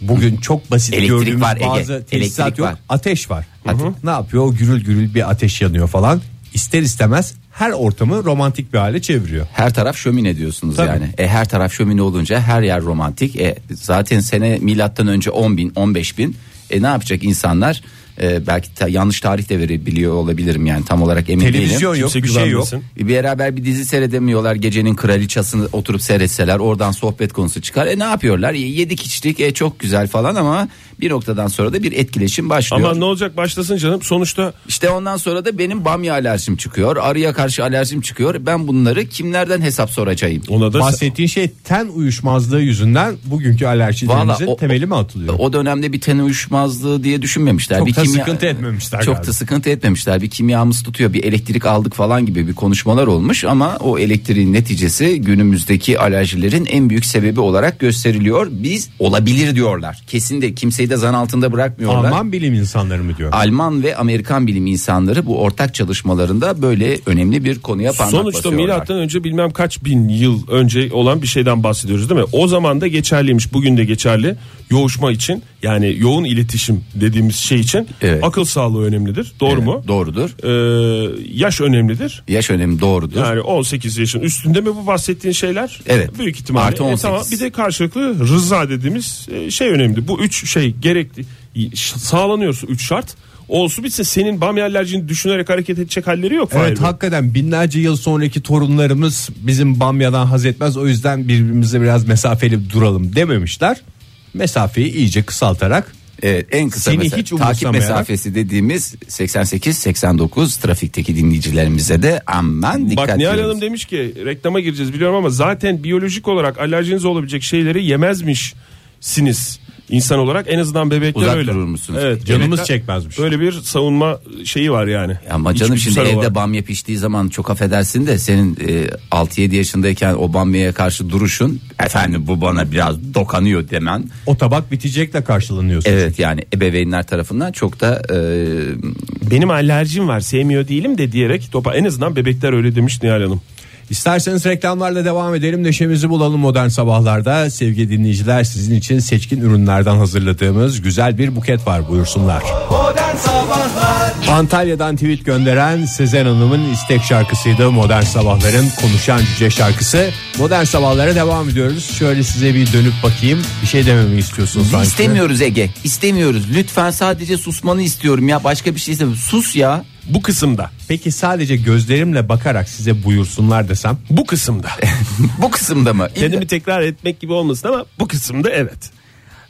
Speaker 2: Bugün çok basit
Speaker 4: Elektrik
Speaker 2: gördüğümüz
Speaker 4: var Ege,
Speaker 2: bazı tesisat
Speaker 4: elektrik
Speaker 2: yok.
Speaker 4: var.
Speaker 2: Ateş var.
Speaker 4: Ate-
Speaker 2: Hı hı. Ne yapıyor? O gürül gürül bir ateş yanıyor falan. İster istemez her ortamı romantik bir hale çeviriyor.
Speaker 4: her taraf şömine diyorsunuz
Speaker 2: Tabii.
Speaker 4: yani. E, her taraf şömine olunca her yer romantik. E, zaten sene milattan önce 10 bin 15 bin. E, ne yapacak insanlar? E, belki ta- yanlış tarih de verebiliyor olabilirim yani tam olarak emin değilim.
Speaker 2: Televizyon yok,
Speaker 3: Kimse
Speaker 2: bir şey yok.
Speaker 3: güvenmesin.
Speaker 4: E, beraber bir dizi seyredemiyorlar. Gecenin kraliçasını oturup seyretseler oradan sohbet konusu çıkar. E ne yapıyorlar? E, yedik içtik e, çok güzel falan ama bir noktadan sonra da bir etkileşim başlıyor.
Speaker 3: Ama ne olacak başlasın canım. Sonuçta
Speaker 4: İşte ondan sonra da benim bamya alerjim çıkıyor. Arıya karşı alerjim çıkıyor. Ben bunları kimlerden hesap soracağım?
Speaker 3: ona da
Speaker 2: Bahsettiğin şey ten uyuşmazlığı yüzünden bugünkü
Speaker 4: Valla
Speaker 2: alerjilerimizin
Speaker 4: o-
Speaker 2: temeli mi atılıyor?
Speaker 4: O dönemde bir ten uyuşmazlığı diye düşünmemişler.
Speaker 2: Çok
Speaker 4: bir
Speaker 2: da sıkıntı etmemişler
Speaker 4: Çok
Speaker 2: galiba.
Speaker 4: da sıkıntı etmemişler. Bir kimyamız tutuyor, bir elektrik aldık falan gibi bir konuşmalar olmuş ama o elektriğin neticesi günümüzdeki alerjilerin en büyük sebebi olarak gösteriliyor. Biz olabilir diyorlar. Kesin de kimseyi de zan altında bırakmıyorlar.
Speaker 2: Alman bilim insanları mı diyor?
Speaker 4: Alman ve Amerikan bilim insanları bu ortak çalışmalarında böyle önemli bir konuya parmak
Speaker 3: Sonuçta
Speaker 4: basıyorlar.
Speaker 3: milattan önce bilmem kaç bin yıl önce olan bir şeyden bahsediyoruz değil mi? O zaman da geçerliymiş, bugün de geçerli. Yoğuşma için yani yoğun iletişim dediğimiz şey için
Speaker 4: Evet.
Speaker 3: akıl sağlığı önemlidir. Doğru
Speaker 4: Evet,
Speaker 3: mu?
Speaker 4: Doğrudur.
Speaker 3: Ee, yaş önemlidir.
Speaker 4: Yaş önemli doğrudur.
Speaker 3: Yani 18 yaşın üstünde mi bu bahsettiğin şeyler?
Speaker 4: Evet.
Speaker 3: Büyük ihtimalle.
Speaker 4: Artı
Speaker 3: E,
Speaker 4: 18.
Speaker 3: tamam. Bir de karşılıklı rıza dediğimiz e, şey önemli. Bu üç şey gerekli. Ş- Sağlanıyorsa üç şart. Olsun bitse senin bamya alerjini düşünerek hareket edecek halleri yok. Fahir
Speaker 2: Evet
Speaker 3: Bey.
Speaker 2: hakikaten binlerce yıl sonraki torunlarımız bizim bamyadan haz etmez o yüzden birbirimize biraz mesafeli duralım dememişler. Mesafeyi iyice kısaltarak
Speaker 4: Evet, Ee, en kısa
Speaker 2: Seni
Speaker 4: mesa-
Speaker 2: hiç
Speaker 4: takip
Speaker 2: umursamayarak-
Speaker 4: mesafesi dediğimiz 88-89 trafikteki dinleyicilerimize de aman dikkat
Speaker 3: Bak Nihal
Speaker 4: diyoruz.
Speaker 3: Hanım demiş ki reklama gireceğiz biliyorum ama zaten biyolojik olarak alerjiniz olabilecek şeyleri yemezmişsiniz insan olarak en azından bebekler
Speaker 4: Uzak
Speaker 3: öyle.
Speaker 4: durur musunuz?
Speaker 3: Evet,
Speaker 2: Canımız
Speaker 3: bebekler-
Speaker 2: çekmezmiş.
Speaker 3: Böyle bir savunma şeyi var yani.
Speaker 4: Ama canım şimdi
Speaker 3: İçgüdüsel
Speaker 4: evde
Speaker 3: olarak.
Speaker 4: bamya piştiği zaman çok affedersin de senin e, 6-7 yaşındayken o bamyaya karşı duruşun efendim bu bana biraz dokanıyor demen.
Speaker 2: o tabak bitecekle karşılanıyorsun.
Speaker 4: Evet yani ebeveynler tarafından çok da e,
Speaker 3: benim alerjim var sevmiyor değilim de diyerek topa en azından bebekler öyle demiş Nihal Hanım.
Speaker 2: İsterseniz reklamlarla devam edelim neşemizi bulalım modern sabahlarda. Sevgili dinleyiciler sizin için seçkin ürünlerden hazırladığımız güzel bir buket var buyursunlar. Antalya'dan tweet gönderen Sezen Hanım'ın istek şarkısıydı Modern Sabahların Konuşan Cüce şarkısı. Modern Sabahlara devam ediyoruz. Şöyle size bir dönüp bakayım. Bir şey dememi istiyorsunuz sanki.
Speaker 4: istemiyoruz Ege istemiyoruz lütfen sadece susmanı istiyorum ya başka bir şey istemiyorum sus ya
Speaker 3: Bu kısımda
Speaker 2: Peki sadece gözlerimle bakarak size buyursunlar desem.
Speaker 3: bu kısımda
Speaker 4: bu kısımda mı? İlla-
Speaker 3: kendimi tekrar etmek gibi olmasın ama bu kısımda evet.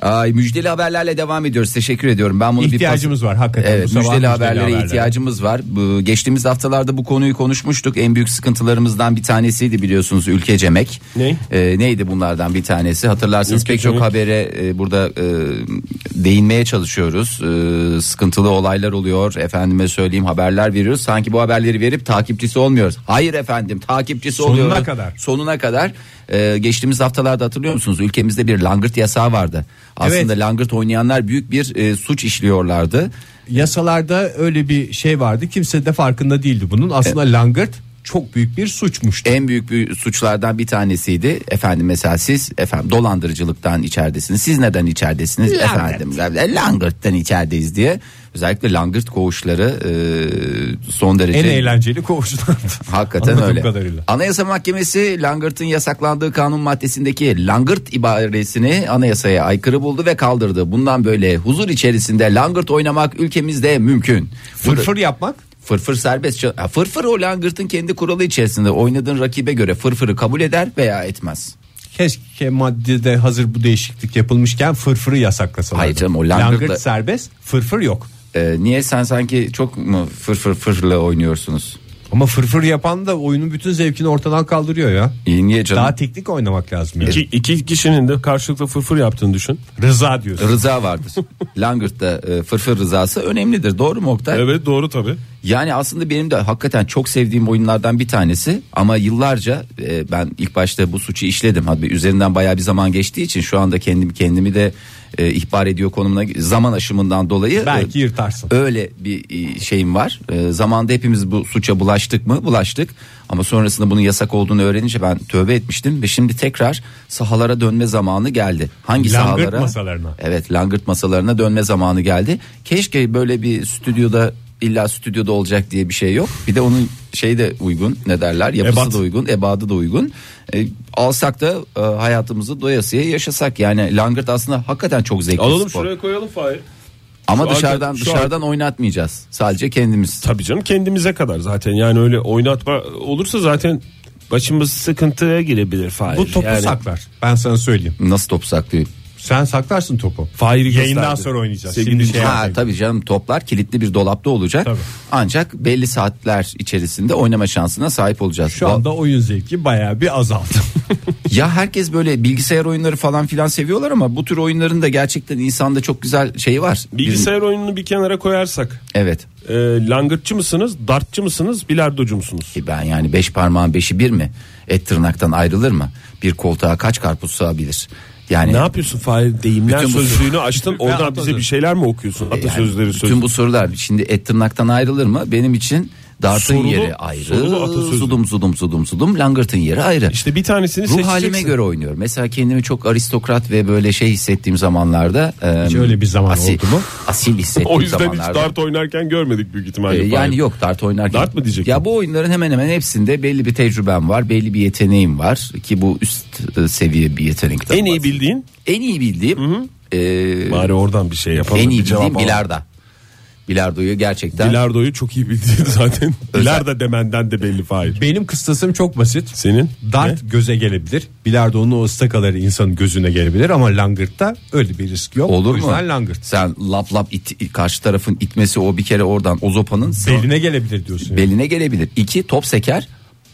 Speaker 4: Ay müjdeli haberlerle devam ediyoruz. Teşekkür ediyorum. Ben bunu bir
Speaker 2: İhtiyacımız var hakikaten.
Speaker 4: Evet,
Speaker 2: Bu sabah
Speaker 4: müjdeli, haberlere
Speaker 2: haberlere.
Speaker 4: ihtiyacımız var. Bu, geçtiğimiz haftalarda bu konuyu konuşmuştuk. En büyük sıkıntılarımızdan bir tanesiydi biliyorsunuz ülkecemek.
Speaker 3: Ne?
Speaker 4: Ee, neydi bunlardan bir tanesi? Hatırlarsanız pek
Speaker 3: Ülkecemek.
Speaker 4: çok habere e, burada e, değinmeye çalışıyoruz. E, sıkıntılı olaylar oluyor. Efendime söyleyeyim haberler veriyoruz. Sanki bu haberleri verip takipçisi olmuyoruz. Hayır efendim takipçisi
Speaker 2: Sonuna
Speaker 4: oluyoruz.
Speaker 2: kadar.
Speaker 4: Sonuna kadar. Ee, geçtiğimiz haftalarda hatırlıyor musunuz? Ülkemizde bir langırt yasağı vardı. Aslında
Speaker 2: Evet.
Speaker 4: langırt oynayanlar büyük bir e, suç işliyorlardı.
Speaker 2: Yasalarda öyle bir şey vardı. Kimse de farkında değildi bunun. Aslında langırt çok büyük bir suçmuştu.
Speaker 4: En büyük bir suçlardan bir tanesiydi. Efendim mesela siz efendim dolandırıcılıktan içeridesiniz. Siz neden içeridesiniz? Efendim e, langırttan içerideyiz diye. Özellikle langırt koğuşları e, son derece
Speaker 2: en eğlenceli koğuşlardı.
Speaker 4: Hakikaten
Speaker 2: Anladığım
Speaker 4: öyle.
Speaker 2: kadarıyla.
Speaker 4: Anayasa Mahkemesi Langırt'ın yasaklandığı kanun maddesindeki Langırt ibaresini anayasaya aykırı buldu ve kaldırdı. Bundan böyle huzur içerisinde Langırt oynamak ülkemizde mümkün.
Speaker 2: Fırfır yapmak
Speaker 4: Fırfır serbest. çal- Ha, Fırfır o Langırt'ın kendi kuralı içerisinde oynadığın rakibe göre fırfırı kabul eder veya etmez.
Speaker 2: keşke maddede hazır bu değişiklik yapılmışken fırfırı yasaklasalardı.
Speaker 4: Hayır canım, o langırtla-
Speaker 2: langırt serbest fırfır yok.
Speaker 4: Ee, niye sen sanki çok mu fırfır fırla oynuyorsunuz?
Speaker 2: Ama fırfır yapan da oyunun bütün zevkini ortadan kaldırıyor ya.
Speaker 4: İyi, niye canım?
Speaker 2: Daha teknik oynamak lazım. yani.
Speaker 3: İki, iki kişinin de karşılıklı fırfır yaptığını düşün.
Speaker 2: Rıza diyorsun.
Speaker 4: Rıza vardır. Langırt'ta e, fırfır rızası önemlidir. Doğru mu Oktay?
Speaker 3: Evet doğru tabi.
Speaker 4: Yani aslında benim de hakikaten çok sevdiğim oyunlardan bir tanesi ama yıllarca e, ben ilk başta bu suçu işledim. Hadi üzerinden bayağı bir zaman geçtiği için şu anda kendimi kendimi de e, ihbar ediyor konumuna zaman aşımından dolayı
Speaker 2: Belki
Speaker 4: e,
Speaker 2: yırtarsın.
Speaker 4: Öyle bir e, şeyim var. E, zamanda hepimiz bu suça bulaştık mı? Bulaştık. Ama sonrasında bunun yasak olduğunu öğrenince ben tövbe etmiştim ve şimdi tekrar sahalara dönme zamanı geldi. Hangi
Speaker 2: Langırt
Speaker 4: sahalara?
Speaker 2: masalarına.
Speaker 4: Evet, langırt masalarına dönme zamanı geldi. Keşke böyle bir stüdyoda illa stüdyoda olacak diye bir şey yok. Bir de onun şeyi de uygun ne derler yapısı
Speaker 3: Ebat.
Speaker 4: da uygun ebadı da uygun. E, alsak da e, hayatımızı doyasıya yaşasak yani langırt aslında hakikaten çok zevkli
Speaker 3: Alalım
Speaker 4: spor.
Speaker 3: şuraya koyalım Fahir.
Speaker 4: Ama
Speaker 3: Şu arka-
Speaker 4: dışarıdan
Speaker 3: şu
Speaker 4: dışarıdan oynatmayacağız. Sadece kendimiz.
Speaker 3: Tabii canım kendimize kadar zaten yani öyle oynatma olursa zaten başımız sıkıntıya girebilir Fahir.
Speaker 2: Bu topu
Speaker 3: yani,
Speaker 2: saklar. Ben sana söyleyeyim.
Speaker 4: Nasıl top saklayayım?
Speaker 2: Sen saklarsın topu.
Speaker 3: Fahir'i
Speaker 2: Yayından
Speaker 3: gösterdi.
Speaker 2: sonra oynayacağız.
Speaker 3: Sevgili
Speaker 2: Şimdi şey
Speaker 3: dinleyiciler.
Speaker 4: Ha, tabii canım toplar kilitli bir dolapta olacak.
Speaker 2: Tabii.
Speaker 4: Ancak belli saatler içerisinde oynama şansına sahip olacağız.
Speaker 2: Şu anda oyun zevki bayağı bir azaldı.
Speaker 4: Ya herkes böyle bilgisayar oyunları falan filan seviyorlar ama bu tür oyunların da gerçekten insanda çok güzel şeyi var.
Speaker 3: Bilgisayar oyununu bir kenara koyarsak
Speaker 4: Evet.
Speaker 3: e, langırtçı mısınız, dartçı mısınız, bilardocu musunuz?
Speaker 4: Ki ben yani beş parmağın beşi bir mi? Et tırnaktan ayrılır mı? Bir koltuğa kaç karpuz sığabilir? Yani
Speaker 3: Ne yapıyorsun Fahir?
Speaker 4: E,
Speaker 3: Deyimler
Speaker 4: Bütün bu-
Speaker 3: sözlüğünü açtın oradan bize
Speaker 2: atasözü.
Speaker 3: bir şeyler mi okuyorsun? Atasözleri
Speaker 4: Yani
Speaker 3: sözlüğü.
Speaker 4: Bütün bu sorular şimdi et tırnaktan ayrılır mı? Benim için dartın
Speaker 3: Sorulu-
Speaker 4: yeri ayrı.
Speaker 3: sorulu atasözü.
Speaker 4: Sudum sudum sudum sudum langırtın yeri ayrı.
Speaker 3: İşte bir tanesini
Speaker 4: Ruh
Speaker 3: seçeceksin.
Speaker 4: halime göre oynuyorum. Mesela kendimi çok aristokrat ve böyle şey hissettiğim zamanlarda e,
Speaker 2: Hiç öyle bir zaman oldu mu?
Speaker 4: Asil hissettiğim
Speaker 3: O yüzden hiç
Speaker 4: zamanlarda.
Speaker 3: dart oynarken görmedik büyük ihtimalle.
Speaker 4: E,
Speaker 3: Fahir.
Speaker 4: yani yok dart oynarken.
Speaker 3: Dart mı diyecektim?
Speaker 4: Ya bu oyunların hemen hemen hepsinde belli bir tecrübem var, belli bir yeteneğim var ki bu üst e, seviye bir yetenek.
Speaker 3: en iyi
Speaker 4: tabii.
Speaker 3: bildiğin
Speaker 4: en iyi bildiğim e,
Speaker 3: bari oradan bir şey yapalım.
Speaker 4: en
Speaker 3: bir
Speaker 4: iyi
Speaker 3: cevap
Speaker 4: bildiğim
Speaker 3: alalım.
Speaker 4: bilardo. Bilardoyu gerçekten
Speaker 3: Bilardo'yu çok iyi bildiğin zaten. Bilardo demenden de belli Fahir.
Speaker 2: Benim kıstasım çok basit.
Speaker 3: Senin?
Speaker 2: Dart göze gelebilir. Bilardo'nun o ıstakaları insanın gözüne gelebilir ama langırtta öyle bir risk yok.
Speaker 4: Olur
Speaker 2: o
Speaker 4: mu?
Speaker 2: yüzden langırt.
Speaker 4: Sen lap lap it, karşı tarafın itmesi o bir kere oradan o zopanın
Speaker 2: Beline gelebilir diyorsun.
Speaker 4: beline gelebilir. İki top seker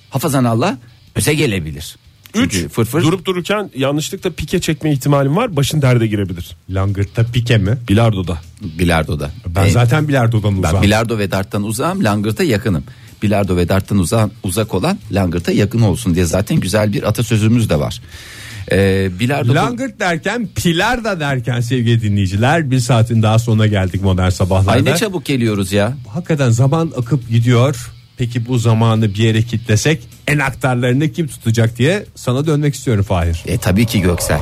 Speaker 4: hafazan Allah öze gelebilir. Çünkü
Speaker 3: Üç,
Speaker 4: fırfır
Speaker 3: durup dururken yanlışlıkla pike çekme ihtimalim var. Başın derde girebilir.
Speaker 2: Langırtta pike mi?
Speaker 3: Bilardo'da.
Speaker 4: bilardoda.
Speaker 2: Ben
Speaker 4: E,
Speaker 2: zaten bilardodan
Speaker 4: ben
Speaker 2: uzağım.
Speaker 4: bilardo ve darttan uzağım langırta yakınım. Bilardo ve darttan uzağım, uzak olan langırta yakın olsun diye zaten güzel bir atasözümüz de var. E, bilardo
Speaker 2: Langırt derken pilar da derken sevgili dinleyiciler bir saatin daha sonuna geldik modern sabahlarda.
Speaker 4: Ay ne çabuk geliyoruz ya.
Speaker 2: Hakikaten zaman akıp gidiyor. Peki bu zamanı bir yere kitlesek en aktarlarını kim tutacak diye sana dönmek istiyorum Fahir.
Speaker 4: E tabii ki Göksel.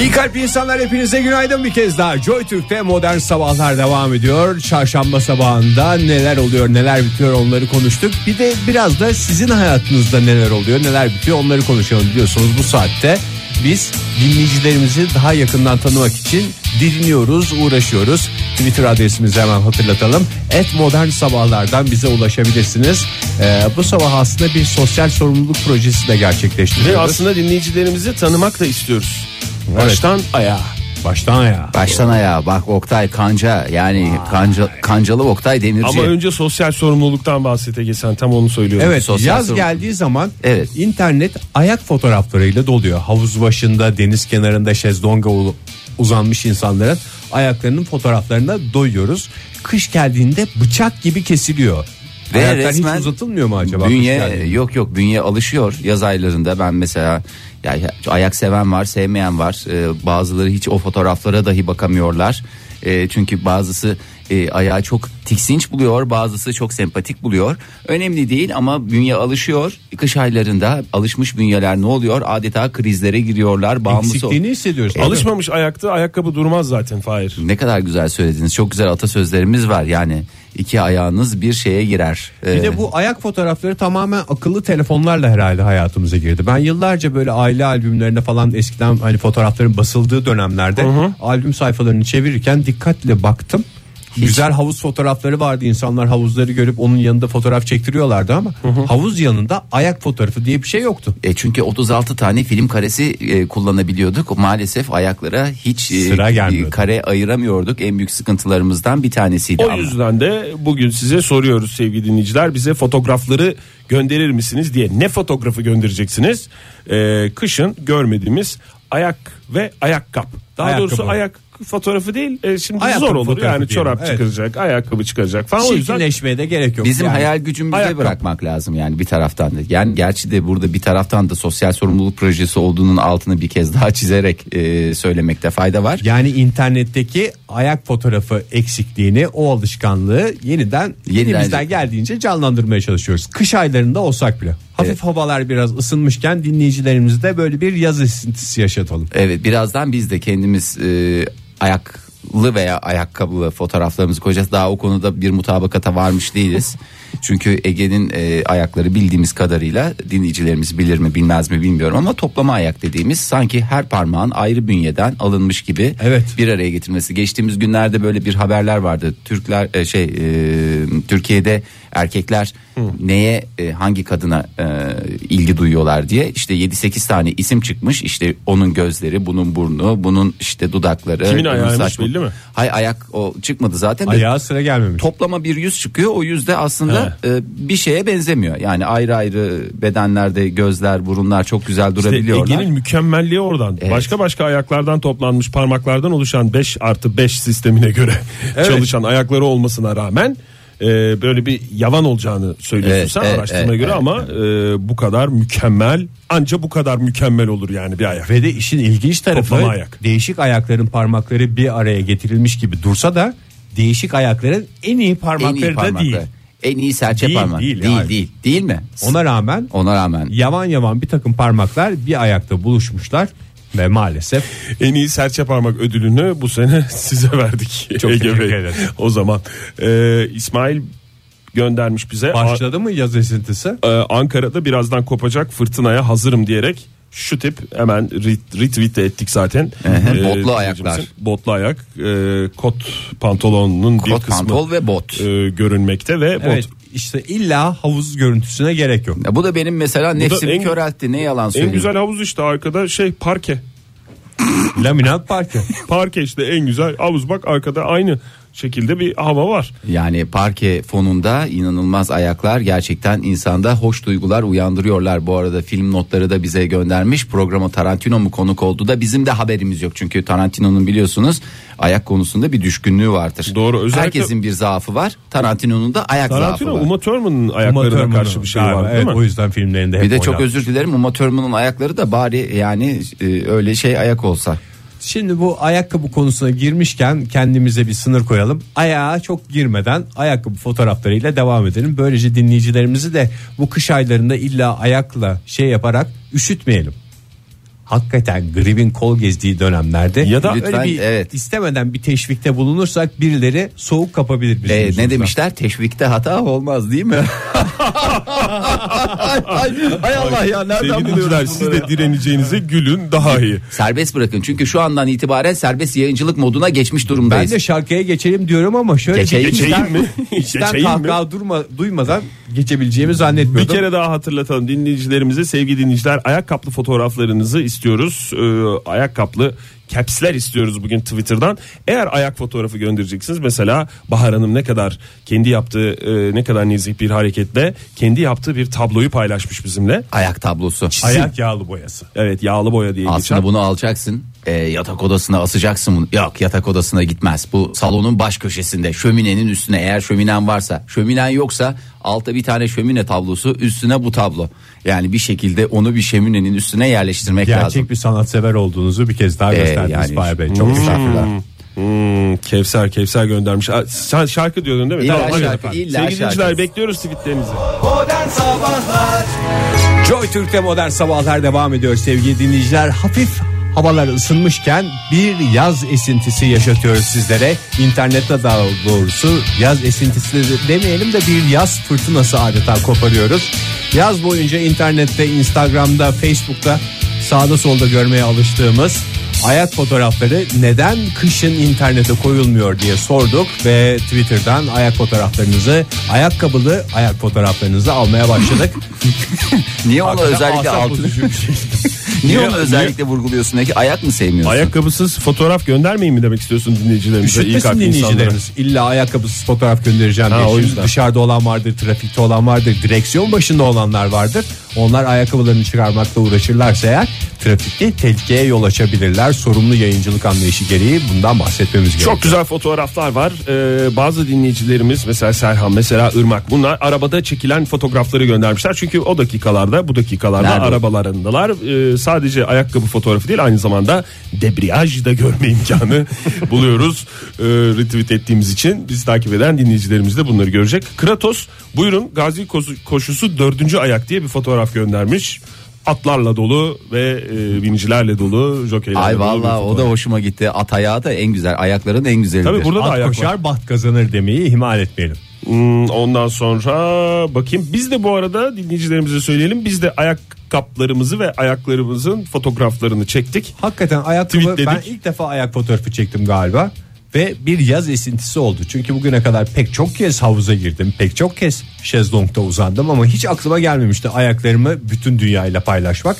Speaker 2: İyi kalp insanlar hepinize günaydın bir kez daha. Joy Türk'te modern sabahlar devam ediyor. Çarşamba sabahında neler oluyor neler bitiyor onları konuştuk. Bir de biraz da sizin hayatınızda neler oluyor neler bitiyor onları konuşalım diyorsunuz bu saatte. Biz dinleyicilerimizi daha yakından tanımak için diliniyoruz, uğraşıyoruz. Twitter adresimizi hemen hatırlatalım. Et modern sabahlardan bize ulaşabilirsiniz. Ee, bu sabah aslında bir sosyal sorumluluk projesi de
Speaker 3: Ve
Speaker 2: gerçekleştiriyoruz.
Speaker 3: aslında dinleyicilerimizi tanımak da istiyoruz.
Speaker 2: Evet.
Speaker 3: Baştan ayağa.
Speaker 2: Baştan ya.
Speaker 4: Baştan ayağa bak Oktay Kanca yani kanca, Kancalı Oktay Demirci.
Speaker 3: Ama önce sosyal sorumluluktan bahset Ege sen tam onu söylüyorum.
Speaker 2: Evet
Speaker 4: Sosyal
Speaker 2: yaz
Speaker 4: sorumluluk.
Speaker 2: geldiği zaman
Speaker 4: Evet.
Speaker 2: internet ayak fotoğraflarıyla doluyor. Havuz başında, deniz kenarında şezlonga ulu- uzanmış insanların ayaklarının fotoğraflarına doyuyoruz. Kış geldiğinde bıçak gibi kesiliyor.
Speaker 4: Ve
Speaker 2: Ayaklar
Speaker 4: resmen
Speaker 2: hiç uzatılmıyor mu acaba? kış
Speaker 4: Bünye
Speaker 2: geldiğinde?
Speaker 4: yok yok bünye alışıyor yaz aylarında ben mesela ya, ya- ayak seven var sevmeyen var Ee, bazıları hiç o fotoğraflara dahi bakamıyorlar Ee, çünkü bazısı e, ayağı çok tiksinç buluyor bazısı çok sempatik buluyor önemli değil ama bünye alışıyor kış aylarında alışmış bünyeler ne oluyor adeta krizlere giriyorlar bağımlısı
Speaker 2: eksikliğini hissediyoruz.
Speaker 3: Alışmamış ayakta ayakkabı durmaz zaten Fahir.
Speaker 4: ne kadar güzel söylediniz çok güzel atasözlerimiz var yani iki ayağınız bir şeye girer
Speaker 2: Bir
Speaker 4: Ee,
Speaker 2: de bu ayak fotoğrafları tamamen akıllı telefonlarla herhalde hayatımıza girdi. Ben yıllarca böyle aile albümlerine falan eskiden hani fotoğrafların basıldığı dönemlerde albüm sayfalarını çevirirken dikkatle baktım. Güzel havuz fotoğrafları vardı. İnsanlar havuzları görüp onun yanında fotoğraf çektiriyorlardı ama havuz yanında ayak fotoğrafı diye bir şey yoktu.
Speaker 4: E çünkü 36 tane film karesi e, kullanabiliyorduk. Maalesef ayaklara hiç e,
Speaker 2: Sıra gelmiyordu.
Speaker 4: e, kare ayıramıyorduk. En büyük sıkıntılarımızdan bir tanesiydi.
Speaker 3: O
Speaker 4: ama.
Speaker 3: yüzden de bugün size soruyoruz sevgili dinleyiciler bize fotoğrafları gönderir misiniz diye ne fotoğrafı göndereceksiniz? Ee, kışın görmediğimiz ayak ve ayak kap. Daha
Speaker 2: Ayakkabı.
Speaker 3: doğrusu ayak fotoğrafı değil. e, şimdi
Speaker 2: Ayakkabı
Speaker 3: zor olur
Speaker 2: fotoğrafı
Speaker 3: yani
Speaker 2: diyelim,
Speaker 3: çorap
Speaker 2: evet.
Speaker 3: çıkaracak, ayakkabı çıkaracak falan. O yüzden
Speaker 2: Çirkinleşmeye de gerek yok.
Speaker 4: Bizim
Speaker 2: Yani
Speaker 4: hayal gücümüzü
Speaker 3: ayakkabı.
Speaker 4: bırakmak lazım yani bir taraftan da. Yani gerçi de burada bir taraftan da sosyal sorumluluk projesi olduğunun altını bir kez daha çizerek e, söylemekte fayda var.
Speaker 2: Yani internetteki ayak fotoğrafı eksikliğini o alışkanlığı yeniden,
Speaker 4: Yeniden-
Speaker 2: elimizden geldiğince canlandırmaya çalışıyoruz. Kış aylarında olsak bile. Hafif
Speaker 4: Evet.
Speaker 2: havalar biraz ısınmışken dinleyicilerimizde böyle bir yaz esintisi yaşatalım.
Speaker 4: Evet birazdan biz de kendimiz e, ayaklı veya ayakkabılı fotoğraflarımızı koyacağız. Daha o konuda bir mutabakata varmış değiliz. Çünkü Ege'nin e, ayakları bildiğimiz kadarıyla dinleyicilerimiz bilir mi bilmez mi bilmiyorum ama toplama ayak dediğimiz sanki her parmağın ayrı bünyeden alınmış gibi
Speaker 2: Evet.
Speaker 4: bir araya getirmesi. Geçtiğimiz günlerde böyle bir haberler vardı. Türkler e, şey e, Türkiye'de erkekler neye e, hangi kadına e, ilgi duyuyorlar diye işte 7-8 tane isim çıkmış. İşte onun gözleri, bunun burnu, bunun işte dudakları,
Speaker 3: Kimin
Speaker 4: bunun
Speaker 3: ayağıymış
Speaker 4: saç-
Speaker 3: belli mi?
Speaker 4: Hay ayak o çıkmadı zaten. de
Speaker 2: Ayağa sıra gelmemiş.
Speaker 4: Toplama bir yüz çıkıyor o yüzde aslında e, bir şeye benzemiyor yani ayrı ayrı bedenlerde gözler burunlar çok güzel
Speaker 3: İşte
Speaker 4: durabiliyorlar.
Speaker 3: Ege'nin mükemmelliği oradan. Başka başka ayaklardan toplanmış parmaklardan oluşan 5 artı 5 sistemine göre çalışan ayakları olmasına rağmen e, böyle bir yavan olacağını söylüyorsun
Speaker 4: Evet,
Speaker 3: sen
Speaker 4: evet,
Speaker 3: araştırmaya
Speaker 4: evet,
Speaker 3: göre
Speaker 4: evet,
Speaker 3: ama e, bu kadar mükemmel anca bu kadar mükemmel olur yani bir ayak.
Speaker 2: Ve de işin ilginç tarafı
Speaker 3: Toplama ayak.
Speaker 2: değişik ayakların parmakları bir araya getirilmiş gibi dursa da değişik ayakların en iyi
Speaker 4: en iyi
Speaker 2: parmakları da
Speaker 4: parmakları.
Speaker 2: değil.
Speaker 4: En iyi serçe
Speaker 2: Değil,
Speaker 4: parmağı.
Speaker 2: değil
Speaker 4: Değil değil,
Speaker 2: yani.
Speaker 4: değil. mi?
Speaker 2: Ona rağmen
Speaker 4: Ona rağmen.
Speaker 2: yavan yavan bir takım parmaklar bir ayakta buluşmuşlar ve maalesef
Speaker 3: En iyi serçe parmak ödülünü bu sene size verdik.
Speaker 2: Çok
Speaker 3: Ege
Speaker 2: teşekkür
Speaker 3: Bey.
Speaker 2: ederim.
Speaker 3: O zaman e, İsmail göndermiş bize.
Speaker 2: başladı mı yaz esintisi?
Speaker 3: Ee, Ankara'da birazdan kopacak fırtınaya hazırım diyerek şu tip hemen re- retweet de ettik zaten.
Speaker 4: hı,
Speaker 3: Ee,
Speaker 4: botlu
Speaker 3: dinleyicimizin.
Speaker 4: ayaklar.
Speaker 3: Botlu ayak, e, kot pantolonunun bir
Speaker 4: Kot
Speaker 3: kısmı
Speaker 4: pantol ve bot.
Speaker 3: e, görünmekte ve
Speaker 2: Evet
Speaker 3: bot.
Speaker 2: işte illa havuz görüntüsüne gerek yok.
Speaker 4: Ya bu da benim mesela nefsimi
Speaker 3: en-
Speaker 4: köreltti. Ne yalan söyleyeyim.
Speaker 3: En güzel havuz işte arkada şey parke.
Speaker 2: Laminat parke.
Speaker 3: Parke işte en güzel havuz bak arkada aynı şekilde bir hava var.
Speaker 4: Yani parke fonunda inanılmaz ayaklar gerçekten insanda hoş duygular uyandırıyorlar. Bu arada film notları da bize göndermiş. Programa Tarantino mu konuk oldu da bizim de haberimiz yok. Çünkü Tarantino'nun biliyorsunuz ayak konusunda bir düşkünlüğü vardır.
Speaker 3: Doğru, özellikle-
Speaker 4: Herkesin bir zaafı var. Tarantino'nun da ayak
Speaker 3: Tarantino
Speaker 4: zaafı var.
Speaker 3: Uma Thurman'ın ayaklarına
Speaker 2: Uma
Speaker 3: karşı bir şey
Speaker 2: Thurman'ın
Speaker 3: var
Speaker 2: galiba,
Speaker 3: değil
Speaker 2: evet,
Speaker 3: mi?
Speaker 2: O yüzden filmlerinde hep
Speaker 4: Bir de çok
Speaker 2: oynar.
Speaker 4: özür dilerim Uma Thurman'ın ayakları da bari yani e, öyle şey ayak olsa.
Speaker 2: Şimdi bu ayakkabı konusuna girmişken kendimize bir sınır koyalım. Ayağa çok girmeden ayakkabı fotoğraflarıyla devam edelim. Böylece dinleyicilerimizi de bu kış aylarında illa ayakla şey yaparak üşütmeyelim. Hakikaten gribin kol gezdiği dönemlerde
Speaker 3: Ya da-
Speaker 2: öyle
Speaker 4: Lütfen,
Speaker 2: bir
Speaker 4: evet.
Speaker 2: istemeden bir teşvikte bulunursak birileri soğuk kapabilir bizim
Speaker 4: E,
Speaker 2: yüzümüzden.
Speaker 4: ne demişler? Teşvikte hata olmaz değil mi? ay, ay, ay Allah ya
Speaker 3: Sevgili
Speaker 4: nereden
Speaker 3: dinleyiciler
Speaker 4: buluyoruz
Speaker 3: siz
Speaker 4: bunları?
Speaker 3: de direneceğinize gülün daha iyi.
Speaker 4: Serbest bırakın çünkü şu andan itibaren serbest yayıncılık moduna geçmiş
Speaker 2: Ben
Speaker 4: durumdayız.
Speaker 2: de şarkıya geçelim diyorum ama şöyle
Speaker 4: Geçeyim
Speaker 2: bir içten-
Speaker 3: Geçeyim mi?
Speaker 2: içten
Speaker 3: Geçeyim mi?
Speaker 2: kahkaha durma, duymadan geçebileceğimi
Speaker 3: Bir
Speaker 2: zannetmiyordum.
Speaker 3: kere daha hatırlatalım dinleyicilerimize sevgili dinleyiciler ayak kaplı fotoğraflarınızı istiyoruz. Ee, ayak kaplı caps'ler istiyoruz bugün Twitter'dan. Eğer ayak fotoğrafı göndereceksiniz mesela Bahar Hanım ne kadar kendi yaptığı e, ne kadar nezih bir hareketle kendi yaptığı bir tabloyu paylaşmış bizimle.
Speaker 4: Ayak tablosu.
Speaker 2: Ayak yağlı boyası.
Speaker 3: Evet yağlı boya diye geçen.
Speaker 4: Aslında bunu alacaksın. e, yatak odasına asacaksın bunu. Yok yatak odasına gitmez. Bu salonun baş köşesinde şöminenin üstüne eğer şöminen varsa. Şöminen yoksa altta bir tane şömine tablosu üstüne bu tablo. Yani bir şekilde onu bir şöminenin üstüne yerleştirmek
Speaker 2: Gerçek
Speaker 4: lazım.
Speaker 2: bir sanatsever olduğunuzu bir kez daha
Speaker 4: Ee,
Speaker 2: gösterdiniz
Speaker 4: yani- Hmm.
Speaker 2: Fahir Bey. Çok güzel.
Speaker 4: Estağfurullah.
Speaker 3: Hmm, Kevser Kevser göndermiş. Aa, Sen şarkı diyordun değil mi?
Speaker 4: İlla
Speaker 3: hadi
Speaker 4: şarkı,
Speaker 3: efendim.
Speaker 4: illa
Speaker 3: Sevgili dinleyiciler
Speaker 4: şarkı.
Speaker 3: bekliyoruz tweetlerinizi.
Speaker 2: Joy Türk'te modern sabahlar devam ediyor sevgili dinleyiciler. Hafif havalar ısınmışken bir yaz esintisi yaşatıyoruz sizlere. İnternette daha doğrusu yaz esintisi de demeyelim de bir yaz fırtınası adeta koparıyoruz. Yaz boyunca internette, Instagram'da, Facebook'ta sağda solda görmeye alıştığımız ayak fotoğrafları neden kışın internete koyulmuyor diye sorduk ve Twitter'dan ayak fotoğraflarınızı ayakkabılı ayak fotoğraflarınızı almaya başladık.
Speaker 4: Niye onu
Speaker 2: Hakikaten
Speaker 4: özellikle
Speaker 2: asap
Speaker 4: altını
Speaker 2: bozucu bir şey.
Speaker 4: Niye
Speaker 3: Niye-
Speaker 4: onu özellikle vurguluyorsun? Peki ayak mı sevmiyorsun?
Speaker 3: Ayakkabısız fotoğraf göndermeyin mi demek istiyorsun dinleyicilerimize? İyi
Speaker 2: Üşütmesin
Speaker 3: kalpli insanlara.
Speaker 2: dinleyicilerimiz. İlla ayakkabısız fotoğraf göndereceğim
Speaker 3: Ha,
Speaker 2: diye.
Speaker 3: o
Speaker 2: Şimdi
Speaker 3: yüzden.
Speaker 2: dışarıda olan vardır, trafikte olan vardır, direksiyon başında olanlar vardır. Onlar ayakkabılarını çıkarmakla uğraşırlarsa eğer trafikte tehlikeye yol açabilirler. Sorumlu yayıncılık anlayışı gereği bundan bahsetmemiz gerekiyor.
Speaker 3: Çok güzel fotoğraflar var. Ee, bazı dinleyicilerimiz mesela Serhan mesela Irmak bunlar arabada çekilen fotoğrafları göndermişler. Çünkü o dakikalarda bu dakikalarda
Speaker 4: Nerede?
Speaker 3: arabalarındalar. Ee, sadece ayakkabı fotoğrafı değil aynı zamanda debriyaj da görme imkanı buluyoruz. Ee, retweet ettiğimiz için bizi takip eden dinleyicilerimiz de bunları görecek. Kratos buyurun Gazi Koşu- koşusu dördüncü ayak diye bir fotoğraf göndermiş. Atlarla dolu ve e, binicilerle dolu, jokeylerle
Speaker 4: Ay
Speaker 3: dolu. bir
Speaker 4: vallahi o
Speaker 3: fotoğraf.
Speaker 4: da hoşuma gitti. At ayağı da en güzel. Ayakların en güzelidir.
Speaker 3: Tabii burada da
Speaker 2: At
Speaker 3: ayak var.
Speaker 2: koşar bat kazanır demeyi ihmal etmeyelim.
Speaker 3: Hmm, ondan sonra bakayım biz de bu arada dinleyicilerimize söyleyelim biz de ayak kaplarımızı ve ayaklarımızın fotoğraflarını çektik.
Speaker 2: Hakikaten ayakkabı
Speaker 3: Tweetledik.
Speaker 2: ben ilk defa ayak fotoğrafı çektim galiba. Ve bir yaz esintisi oldu. Çünkü bugüne kadar pek çok kez havuza girdim. Pek çok kez şezlongda uzandım ama hiç aklıma gelmemişti ayaklarımı bütün dünyayla paylaşmak.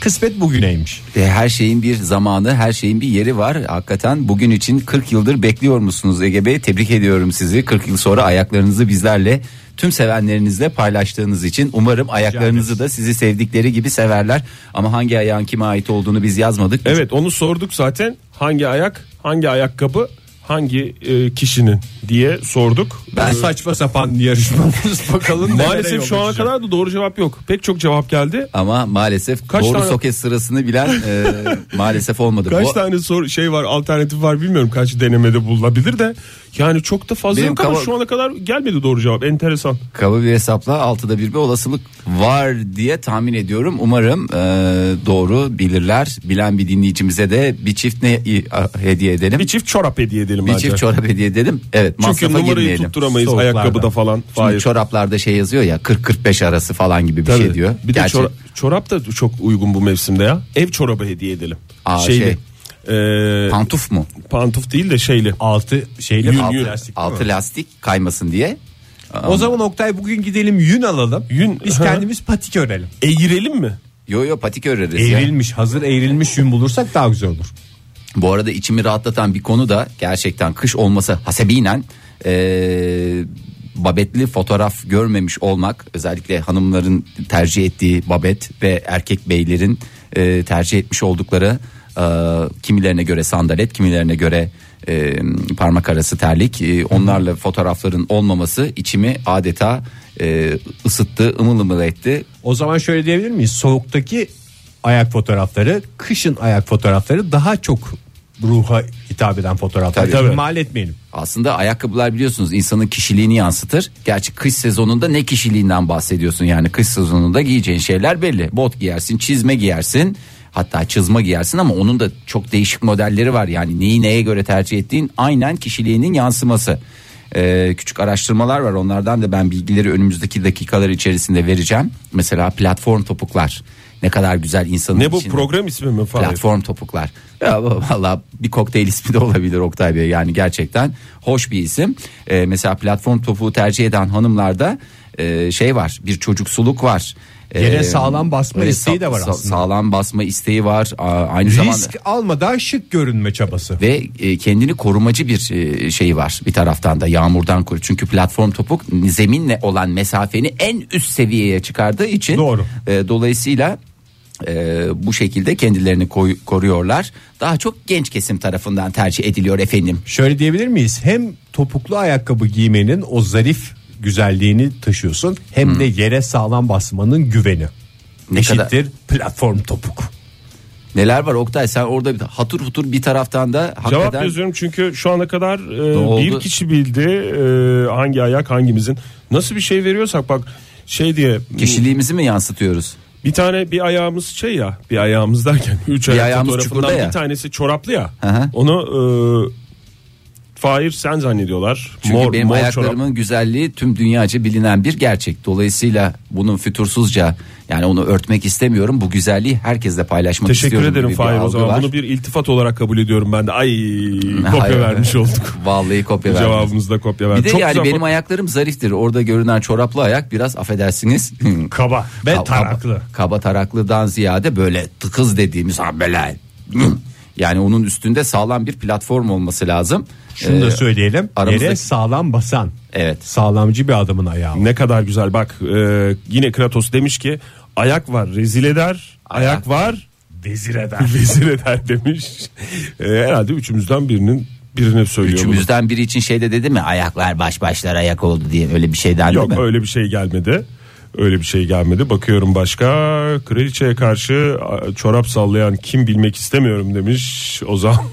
Speaker 2: Kısmet bugüneymiş.
Speaker 4: E, Her şeyin bir zamanı, her şeyin bir yeri var. Hakikaten bugün için 40 yıldır bekliyor musunuz Ege Bey? Tebrik ediyorum sizi. 40 yıl sonra ayaklarınızı bizlerle, tüm sevenlerinizle paylaştığınız için umarım ayaklarınızı da sizi sevdikleri gibi severler. Ama hangi ayağın kime ait olduğunu biz yazmadık.
Speaker 3: Evet onu sorduk zaten hangi ayak hangi ayakkabı hangi e, kişinin diye sorduk.
Speaker 2: Ben saçma sapan yarışmamız bakalım.
Speaker 3: Maalesef şu ana kadar da doğru cevap yok. Pek çok cevap geldi.
Speaker 4: Ama maalesef
Speaker 3: Kaç
Speaker 4: doğru
Speaker 3: tane-
Speaker 4: soket sırasını bilen e, maalesef olmadı.
Speaker 3: Kaç
Speaker 4: Bu-
Speaker 3: tane sor şey var alternatif var bilmiyorum kaç denemede bulunabilir de yani çok da fazla
Speaker 4: Benim
Speaker 3: yok ama
Speaker 4: kaba-
Speaker 3: şu ana kadar gelmedi doğru cevap enteresan.
Speaker 4: Kaba bir hesapla altıda bir bir olasılık var diye tahmin ediyorum. Umarım e, doğru bilirler. Bilen bir dinleyicimize de bir çift ne i- a- hediye edelim?
Speaker 3: Bir çift çorap hediye edelim
Speaker 4: Bir
Speaker 3: bence.
Speaker 4: çift çorap hediye edelim. Evet
Speaker 3: Çünkü
Speaker 4: masrafa
Speaker 3: numarayı
Speaker 4: girmeyelim.
Speaker 3: tutturamayız
Speaker 2: Soğuklarda.
Speaker 3: ayakkabıda falan.
Speaker 4: Çünkü
Speaker 3: Hayır.
Speaker 4: çoraplarda şey yazıyor ya 40-45 arası falan gibi bir
Speaker 3: Tabii.
Speaker 4: şey diyor.
Speaker 3: Bir de
Speaker 4: Gerçi-
Speaker 3: çora- çorap da çok uygun bu mevsimde ya. Ev çorabı hediye edelim.
Speaker 4: Aa, şey.
Speaker 3: Şeyli. Ee,
Speaker 4: pantuf mu?
Speaker 3: pantuf değil de şeyli.
Speaker 2: altı şeyle
Speaker 3: Yün,
Speaker 2: altı
Speaker 3: yün.
Speaker 2: lastik değil mi?
Speaker 4: Altı lastik kaymasın diye.
Speaker 2: O zaman Oktay bugün gidelim yün alalım.
Speaker 3: Yün,
Speaker 2: Biz
Speaker 3: hı.
Speaker 2: kendimiz patik örelim.
Speaker 3: Eğirelim mi?
Speaker 4: Yo yo patik öreriz ya.
Speaker 2: Eğrilmiş hazır eğrilmiş yün bulursak daha güzel olur.
Speaker 4: Bu arada içimi rahatlatan bir konu da gerçekten kış olması hasebinen eee, babetli fotoğraf görmemiş olmak özellikle hanımların tercih ettiği babet ve erkek beylerin eee, tercih etmiş oldukları eee, kimilerine göre sandalet kimilerine göre eee, parmak arası terlik eee, onlarla fotoğrafların olmaması içimi adeta eee, ısıttı ımıl ımıl etti
Speaker 2: O zaman şöyle diyebilir miyiz? Soğuktaki ayak fotoğrafları, kışın ayak fotoğrafları daha çok ruha hitap eden fotoğraflar.
Speaker 4: Tabii.
Speaker 2: İhmal etmeyelim.
Speaker 4: Aslında ayakkabılar biliyorsunuz insanın kişiliğini yansıtır. Gerçi kış sezonunda ne kişiliğinden bahsediyorsun yani kış sezonunda giyeceğin şeyler belli. Bot giyersin, çizme giyersin. Hatta çizme giyersin ama onun da çok değişik modelleri var. Yani neyi neye göre tercih ettiğin aynen kişiliğinin yansıması. Ee, küçük araştırmalar var onlardan da ben bilgileri önümüzdeki dakikalar içerisinde vereceğim. Mesela platform topuklar ne kadar güzel insanın
Speaker 3: Ne bu
Speaker 4: içinde-
Speaker 3: program ismi mi falan?
Speaker 4: Platform topuklar. Ya bu- valla bir kokteyl ismi de olabilir Oktay Bey. Yani gerçekten hoş bir isim. Ee, mesela platform topuğu tercih eden hanımlarda e, şey var. Bir çocuksuluk var.
Speaker 2: Yere
Speaker 4: Ee,
Speaker 2: sağlam basma
Speaker 4: böyle
Speaker 2: isteği de var aslında.
Speaker 4: Sağlam basma isteği var. Aa, Aynı zamanda
Speaker 2: Risk almadan şık görünme çabası.
Speaker 4: ve e, kendini korumacı bir e, şey var bir taraftan da yağmurdan koru. Çünkü platform topuk zeminle olan mesafeni en üst seviyeye çıkardığı için
Speaker 2: Doğru.
Speaker 4: e, dolayısıyla e, bu şekilde kendilerini koy- koruyorlar. Daha çok genç kesim tarafından tercih ediliyor efendim.
Speaker 2: Şöyle diyebilir miyiz? Hem topuklu ayakkabı giymenin o zarif güzelliğini taşıyorsun hem de yere sağlam basmanın güveni.
Speaker 4: Hmm. Ne kadar-
Speaker 2: Eşittir platform topuk.
Speaker 4: Neler var Oktay sen orada bir hatur hutur bir taraftan da
Speaker 3: Cevap
Speaker 4: hakikaten
Speaker 3: yazıyorum çünkü şu ana kadar e,
Speaker 4: oldu?
Speaker 3: bir kişi bildi e, hangi ayak hangimizin. Nasıl bir şey veriyorsak bak şey diye
Speaker 4: kişiliğimizi mi yansıtıyoruz?
Speaker 3: bir tane bir ayağımız şey ya bir ayağımız derken üç ayak
Speaker 4: ayağımız
Speaker 3: fotoğrafından
Speaker 4: çukurda ya.
Speaker 3: bir tanesi çoraplı ya
Speaker 4: Hı hı.
Speaker 3: onu e, Fahir sen zannediyorlar.
Speaker 4: Çünkü
Speaker 3: mor,
Speaker 4: benim
Speaker 3: mor çorap.
Speaker 4: ayaklarımın güzelliği tüm dünyaca bilinen bir gerçek. Dolayısıyla bunun fütursuzca yani onu örtmek istemiyorum. Bu güzelliği herkesle paylaşmak
Speaker 3: Teşekkür
Speaker 4: istiyorum.
Speaker 3: ederim
Speaker 4: gibi bir
Speaker 3: Fahir o
Speaker 4: algı
Speaker 3: zaman.
Speaker 4: var.
Speaker 3: Bunu bir iltifat olarak kabul ediyorum ben de. Ay kopya
Speaker 4: Hayır.
Speaker 3: vermiş olduk.
Speaker 4: Vallahi kopya verdim.
Speaker 3: Cevabımızda kopya verdik.
Speaker 4: Bir de
Speaker 3: Çok
Speaker 4: yani
Speaker 3: güzel
Speaker 4: benim
Speaker 3: foto-
Speaker 4: ayaklarım zariftir. Orada görünen çoraplı ayak biraz affedersiniz.
Speaker 2: Kaba ve
Speaker 4: Kaba-
Speaker 2: taraklı.
Speaker 4: Kaba taraklıdan ziyade böyle tıkız dediğimiz ha böyle Yani onun üstünde sağlam bir platform olması lazım.
Speaker 2: Şunu da
Speaker 4: Ee,
Speaker 2: söyleyelim.
Speaker 4: aramızdaki-
Speaker 2: Yere sağlam basan.
Speaker 4: Evet.
Speaker 2: Sağlamcı bir adamın ayağı.
Speaker 3: Ne kadar güzel bak e, yine Kratos demiş ki ayak var rezil eder ayak,
Speaker 4: Ayak.
Speaker 3: var vezir eder vezir eder demiş. E, herhalde üçümüzden birinin birine söylüyor bunu.
Speaker 4: Üçümüzden biri için şey de dedi mi? Ayaklar baş başlar ayak oldu diye öyle bir şey dendi
Speaker 3: Yok
Speaker 4: mi?
Speaker 3: öyle bir şey gelmedi. Öyle bir şey gelmedi. Bakıyorum başka kraliçeye karşı a, çorap sallayan kim bilmek istemiyorum demiş Ozan.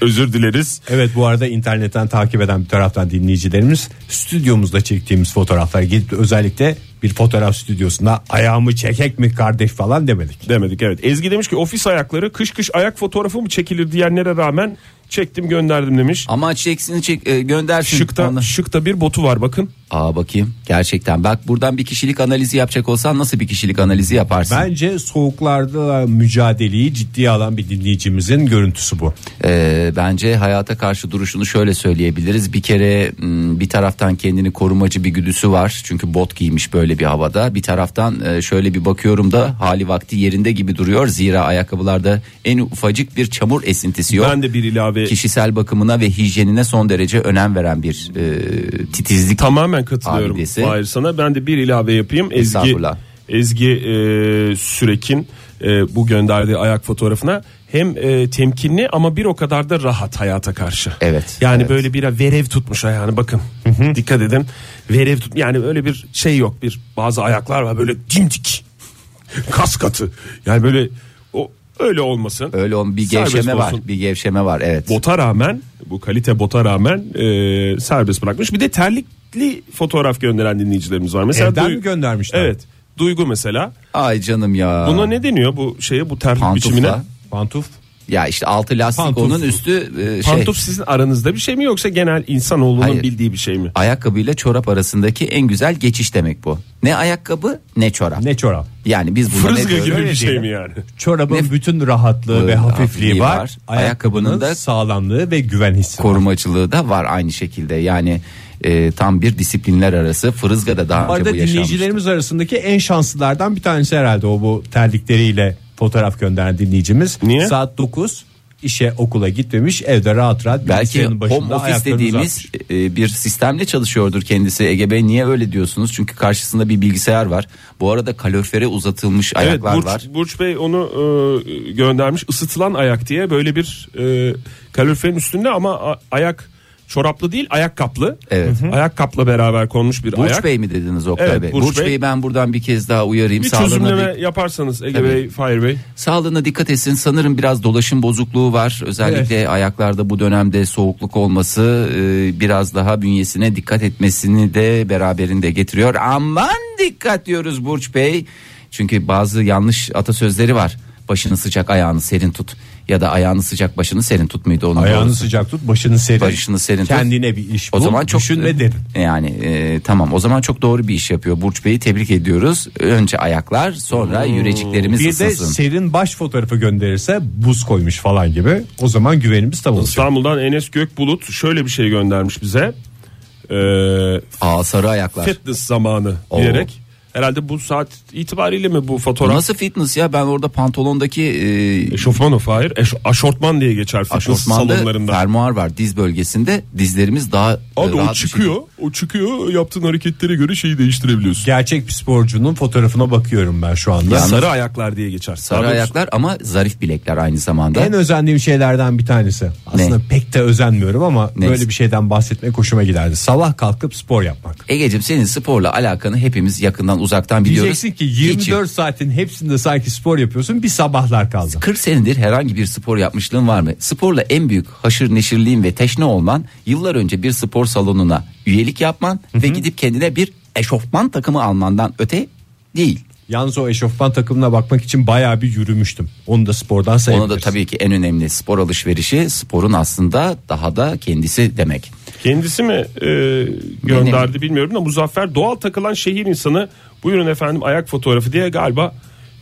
Speaker 3: Özür dileriz.
Speaker 2: Evet bu arada internetten takip eden bir taraftan dinleyicilerimiz stüdyomuzda çektiğimiz fotoğraflar gidip özellikle bir fotoğraf stüdyosunda ayağımı çekek mi kardeş falan demedik.
Speaker 3: Hmm. Demedik evet. Ezgi demiş ki ofis ayakları kış kış ayak fotoğrafı mı çekilir diyenlere rağmen çektim gönderdim demiş.
Speaker 4: Ama çeksin çek e, göndersin.
Speaker 3: Şıkta,
Speaker 4: Onu-
Speaker 3: şıkta bir botu var bakın.
Speaker 4: Aa bakayım gerçekten. Bak buradan bir kişilik analizi yapacak olsan nasıl bir kişilik analizi yaparsın?
Speaker 2: Bence soğuklarda mücadeleyi ciddiye alan bir dinleyicimizin görüntüsü bu.
Speaker 4: Ee, bence hayata karşı duruşunu şöyle söyleyebiliriz. Bir kere m, bir taraftan kendini korumacı bir güdüsü var. Çünkü bot giymiş böyle bir havada. Bir taraftan e, şöyle bir bakıyorum da hali vakti yerinde gibi duruyor. Zira ayakkabılarda en ufacık bir çamur esintisi yok.
Speaker 3: Ben de bir ilave
Speaker 4: Kişisel bakımına ve hijyenine son derece önem veren bir e, titizlik.
Speaker 3: Tamamen katılıyorum.
Speaker 4: Abidesi.
Speaker 3: Hayır sana ben de bir ilave yapayım. Ezgi
Speaker 4: Estağfurullah.
Speaker 3: Ezgi e, Sürekin e, bu gönderdiği ayak fotoğrafına hem e, temkinli ama bir o kadar da rahat hayata karşı.
Speaker 4: Evet,
Speaker 3: Yani
Speaker 4: evet.
Speaker 3: böyle bir verev tutmuş ayağını bakın. Dikkat edin. Verev tut yani öyle bir şey yok. Bir bazı ayaklar var böyle dimdik. Kas katı. Yani böyle o öyle olmasın.
Speaker 4: Öyle on bir
Speaker 3: Serbest
Speaker 4: gevşeme var.
Speaker 3: olsun.
Speaker 4: Bir gevşeme var evet.
Speaker 3: Bota rağmen bu kalite bota rağmen e, serbest bırakmış. Bir de terlikli fotoğraf gönderen dinleyicilerimiz var. Mesela
Speaker 2: Evden
Speaker 3: Duy-
Speaker 2: mi göndermişler?
Speaker 3: Evet. Duygu mesela.
Speaker 4: Ay canım ya.
Speaker 3: Buna ne deniyor bu şeye bu terlik
Speaker 4: Pantufla.
Speaker 3: biçimine?
Speaker 2: Pantuf.
Speaker 4: Ya işte altı lastik
Speaker 2: Pantuf.
Speaker 4: onun üstü e, şey.
Speaker 3: Pantuf sizin aranızda bir şey mi yoksa genel insanoğlunun
Speaker 4: Hayır.
Speaker 3: bildiği bir şey mi?
Speaker 4: ayakkabıyla çorap arasındaki en güzel geçiş demek bu. Ne ayakkabı ne çorap.
Speaker 2: Ne çorap?
Speaker 4: Yani biz buna ne
Speaker 3: Fırızga
Speaker 4: diyoruz?
Speaker 3: gibi
Speaker 2: öyle
Speaker 3: bir şey
Speaker 2: değil.
Speaker 3: mi yani?
Speaker 2: Çorabın
Speaker 4: Ne-
Speaker 2: bütün rahatlığı ve
Speaker 4: Ee,
Speaker 2: hafifliği
Speaker 4: hafifliği
Speaker 2: var.
Speaker 4: var.
Speaker 2: Ayakkabının,
Speaker 4: Ayakkabının da-
Speaker 2: sağlamlığı ve güven hissi. var.
Speaker 4: Korumacılığı da var aynı şekilde. Yani e, tam bir disiplinler arası. Fırızga da daha
Speaker 2: Bu
Speaker 4: önce
Speaker 2: arada
Speaker 4: bu yaşanmıştı.
Speaker 2: dinleyicilerimiz arasındaki en şanslılardan bir tanesi herhalde o bu terlikleriyle fotoğraf gönderen dinleyicimiz.
Speaker 3: Niye?
Speaker 2: Saat 9 işe okula gitmemiş evde rahat rahat
Speaker 4: Belki
Speaker 2: bilgisayarın
Speaker 4: home office
Speaker 2: ayaklarını
Speaker 4: dediğimiz
Speaker 2: uzatmış.
Speaker 4: e, bir sistemle çalışıyordur kendisi. Ege Bey niye öyle diyorsunuz? Çünkü karşısında bir bilgisayar var. Bu arada kalorifere uzatılmış
Speaker 3: Evet
Speaker 4: ayaklar
Speaker 3: Burç,
Speaker 4: var.
Speaker 3: Burç Bey onu e, göndermiş ısıtılan ayak diye böyle bir e, kaloriferin üstünde ama a- ayak çoraplı değil ayak kaplı.
Speaker 4: Evet.
Speaker 3: Ayak kapla beraber konmuş bir
Speaker 4: Burç
Speaker 3: ayak.
Speaker 4: Bey mi dediniz Oktay
Speaker 3: Evet,
Speaker 4: Bey?
Speaker 3: Burç
Speaker 4: Burç,
Speaker 3: Bey.
Speaker 4: Bey'i ben buradan bir kez daha uyarayım.
Speaker 3: Bir
Speaker 4: Sağlığına
Speaker 3: çözümleme yaparsanız Ege
Speaker 4: Tabii.
Speaker 3: Bey, Fahir Bey.
Speaker 4: Sağlığına dikkat etsin. Sanırım biraz dolaşım bozukluğu var. Özellikle ayaklarda bu dönemde soğukluk olması e, biraz daha bünyesine dikkat etmesini de beraberinde getiriyor. Aman dikkat diyoruz Burç Bey. Çünkü bazı yanlış atasözleri var. Başını sıcak ayağını serin tut. Ya da ayağını sıcak başını serin tut muydu onun
Speaker 2: Ayağını
Speaker 4: doğrusu?
Speaker 2: sıcak tut başını serin.
Speaker 4: Başını serin tut.
Speaker 2: Kendine bir iş
Speaker 4: O
Speaker 2: bul,
Speaker 4: zaman çok
Speaker 2: düşünme derin.
Speaker 4: Yani e, tamam o zaman çok doğru bir iş yapıyor. Burç Bey'i tebrik ediyoruz. Önce ayaklar sonra yüreciklerimiz
Speaker 2: Bir de
Speaker 4: ısınsın.
Speaker 2: serin baş fotoğrafı gönderirse buz koymuş falan gibi o zaman güvenimiz tam olacak.
Speaker 3: İstanbul'dan Enes Gökbulut şöyle bir şey göndermiş bize. Ee,
Speaker 4: Aa sarı ayaklar.
Speaker 3: fitness zamanı
Speaker 4: Oo.
Speaker 3: diyerek. Herhalde bu saat itibariyle mi bu
Speaker 4: Bu
Speaker 3: fotoğraf?
Speaker 4: Nasıl fitness ya? Ben orada pantolondaki e,
Speaker 3: Eşofman o Fahir. Eş- aşortman diye geçer fitness
Speaker 4: aşortmanda
Speaker 3: salonlarında.
Speaker 4: fermuar var diz bölgesinde. Dizlerimiz daha e,
Speaker 3: Abi o
Speaker 4: rahat bir
Speaker 3: çıkıyor. O çıkıyor. Yaptığın hareketlere göre şeyi değiştirebiliyorsun.
Speaker 2: Gerçek bir sporcunun fotoğrafına bakıyorum ben şu anda.
Speaker 4: Yalnız-
Speaker 3: Sarı ayaklar diye geçer.
Speaker 4: Sarı ayaklar ama zarif bilekler aynı zamanda.
Speaker 2: En özendiğim şeylerden bir tanesi. Aslında pek de özenmiyorum ama
Speaker 4: Neyse.
Speaker 2: böyle bir şeyden bahsetmek hoşuma giderdi. Sabah kalkıp spor yapmak.
Speaker 4: Egeciğim senin sporla alakanı hepimiz yakından uzaktan biliyoruz.
Speaker 2: Diyeceksin ki
Speaker 4: Hiç
Speaker 2: 24
Speaker 4: yok.
Speaker 2: saatin hepsinde sanki spor yapıyorsun bir sabahlar kaldı.
Speaker 4: 40 senedir herhangi bir spor yapmışlığın var mı? Sporla en büyük haşır neşirliğin ve teşne olman yıllar önce bir spor salonuna üyelik yapman ve gidip kendine bir eşofman takımı almandan öte değil.
Speaker 2: Yalnız o eşofman takımına bakmak için bayağı bir yürümüştüm. Onu da spordan sayabiliriz.
Speaker 4: Onu da tabii ki en önemli spor alışverişi sporun aslında daha da kendisi demek.
Speaker 3: Kendisi mi e, gönderdi bilmiyorum da Muzaffer doğal takılan şehir insanı buyurun efendim ayak fotoğrafı diye galiba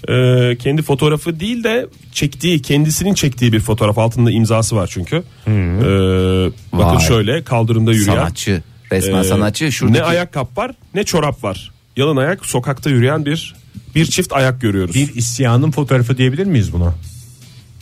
Speaker 3: e, kendi fotoğrafı değil de çektiği kendisinin çektiği bir fotoğraf altında imzası var çünkü. E, bakın
Speaker 4: Hmm. Vay.
Speaker 3: şöyle kaldırımda yürüyen.
Speaker 4: Sanatçı resmen
Speaker 3: e,
Speaker 4: sanatçı şuradaki
Speaker 3: Ne ayak kap var ne çorap var. Yalın ayak sokakta yürüyen bir bir çift ayak görüyoruz.
Speaker 2: Bir isyanın fotoğrafı diyebilir miyiz buna?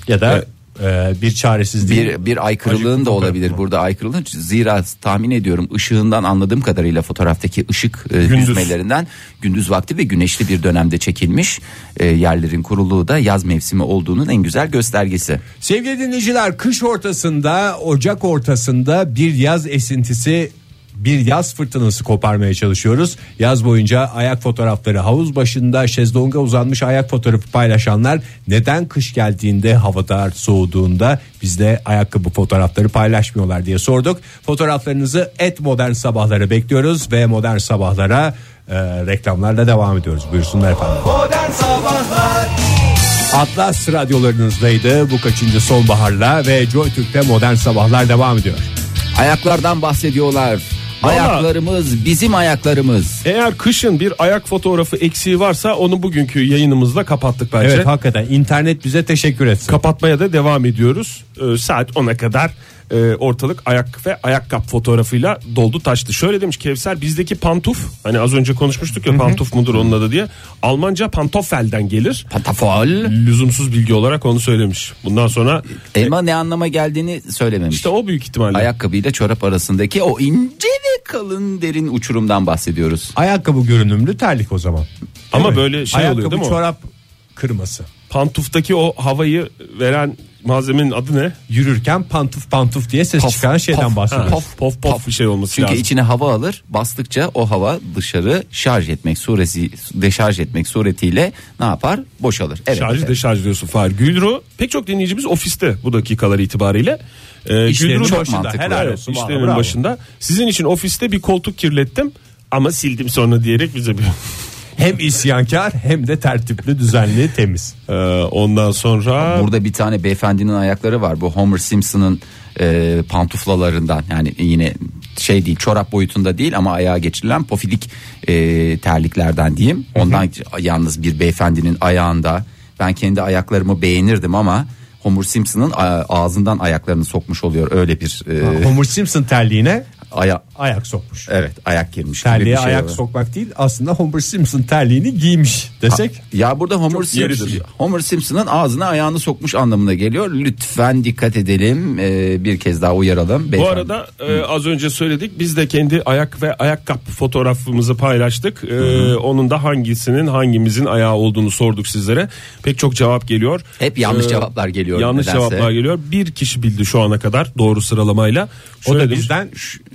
Speaker 2: Ya da
Speaker 3: E,
Speaker 2: e, bir çaresizlik.
Speaker 4: bir bir aykırılığın da olabilir burada aykırılığın zira tahmin ediyorum ışığından anladığım kadarıyla fotoğraftaki ışık e, düzmelerinden gündüz vakti ve güneşli bir dönemde çekilmiş e, yerlerin kuruluğu da yaz mevsimi olduğunun en güzel göstergesi.
Speaker 2: Sevgili dinleyiciler kış ortasında Ocak ortasında bir yaz esintisi bir yaz fırtınası koparmaya çalışıyoruz. Yaz boyunca ayak fotoğrafları havuz başında şezlonga uzanmış ayak fotoğrafı paylaşanlar neden kış geldiğinde havada soğuduğunda bizde ayakkabı fotoğrafları paylaşmıyorlar diye sorduk. Fotoğraflarınızı et modern sabahlara bekliyoruz ve modern sabahlara e, reklamlarla devam ediyoruz. Buyursunlar efendim. Atlas radyolarınızdaydı. Bu kaçıncı sonbaharla ve Joy Türk'te modern sabahlar devam ediyor.
Speaker 4: Ayaklardan bahsediyorlar.
Speaker 3: Vallahi-
Speaker 4: Ayaklarımız bizim ayaklarımız.
Speaker 3: Eğer kışın bir ayak fotoğrafı eksiği varsa onu bugünkü yayınımızda kapattık bence.
Speaker 2: Evet hakikaten internet bize teşekkür etsin.
Speaker 3: Kapatmaya da devam ediyoruz. Ee, saat 10'a kadar e, ortalık ayak ve ayakkabı fotoğrafıyla doldu taştı. Şöyle demiş Kevser bizdeki pantuf hani az önce konuşmuştuk ya pantuf mudur onun adı diye. Almanca pantoffelden gelir.
Speaker 4: Patafol.
Speaker 3: Lüzumsuz bilgi olarak onu söylemiş. Bundan sonra
Speaker 4: Elma ne anlama geldiğini söylememiş.
Speaker 3: işte o büyük ihtimalle.
Speaker 4: Ayakkabıyla çorap arasındaki o ince ve kalın derin uçurumdan bahsediyoruz.
Speaker 2: Ayakkabı görünümlü terlik o zaman. Değil
Speaker 3: Ama böyle şey
Speaker 2: Ayakkabı,
Speaker 3: oluyor değil mi o?
Speaker 2: çorap kırması.
Speaker 3: Pantuftaki o havayı veren malzemenin adı ne?
Speaker 2: Yürürken pantuf pantuf diye ses çıkaran şeyden bahsediyoruz.
Speaker 3: Pof pof pof bir şey olması
Speaker 4: Çünkü
Speaker 3: lazım.
Speaker 4: içine hava alır. Bastıkça o hava dışarı şarj etmek suresi deşarj etmek suretiyle ne yapar? Boşalır. Evet.
Speaker 3: Şarjı
Speaker 4: evet.
Speaker 3: deşarj diyorsun Fahir. Gülru pek çok dinleyicimiz ofiste bu dakikalar itibariyle. Ee,
Speaker 2: İşlerinin
Speaker 3: Gülru
Speaker 4: çok
Speaker 2: başında,
Speaker 4: mantıklı.
Speaker 2: Helal
Speaker 3: Evet,
Speaker 2: olsun.
Speaker 3: işlerimin
Speaker 2: valla, bravo.
Speaker 3: başında. Sizin için ofiste bir koltuk kirlettim ama sildim sonra diyerek bize bir...
Speaker 2: Hem isyankar hem de tertipli düzenli temiz.
Speaker 3: Ee, ondan sonra
Speaker 4: Burada bir tane beyefendinin ayakları var. Bu Homer Simpson'ın e, pantuflalarından yani yine şey değil çorap boyutunda değil ama ayağa geçirilen pofidik e, terliklerden diyeyim. Ondan yalnız bir beyefendinin ayağında ben kendi ayaklarımı beğenirdim ama Homer Simpson'ın a- ağzından ayaklarını sokmuş oluyor öyle bir e,
Speaker 2: Homer Simpson terliğine
Speaker 4: aya
Speaker 2: ayak sokmuş.
Speaker 4: evet ayak girmiş gibi bir
Speaker 2: Terliğe
Speaker 4: şey
Speaker 2: ayak
Speaker 4: var.
Speaker 2: sokmak değil aslında Homer Simpson terliğini giymiş desek.
Speaker 4: Ya burada Homer, Simpson,
Speaker 3: yeridir.
Speaker 4: Homer Simpson'ın ağzına ayağını sokmuş anlamına geliyor. Lütfen dikkat edelim. Ee, bir kez daha uyaralım.
Speaker 3: bu
Speaker 4: Beyefendi.
Speaker 3: arada e, az önce söyledik biz de kendi ayak ve ayakkabı fotoğrafımızı paylaştık. Ee, onun da hangisinin hangimizin ayağı olduğunu sorduk sizlere. Pek çok cevap geliyor.
Speaker 4: Hep yanlış
Speaker 3: Ee,
Speaker 4: cevaplar geliyor.
Speaker 3: Yanlış
Speaker 4: nedense.
Speaker 3: cevaplar geliyor. Bir kişi bildi şu ana kadar doğru sıralamayla.
Speaker 2: O da
Speaker 3: Şöyle demiş,
Speaker 2: bizden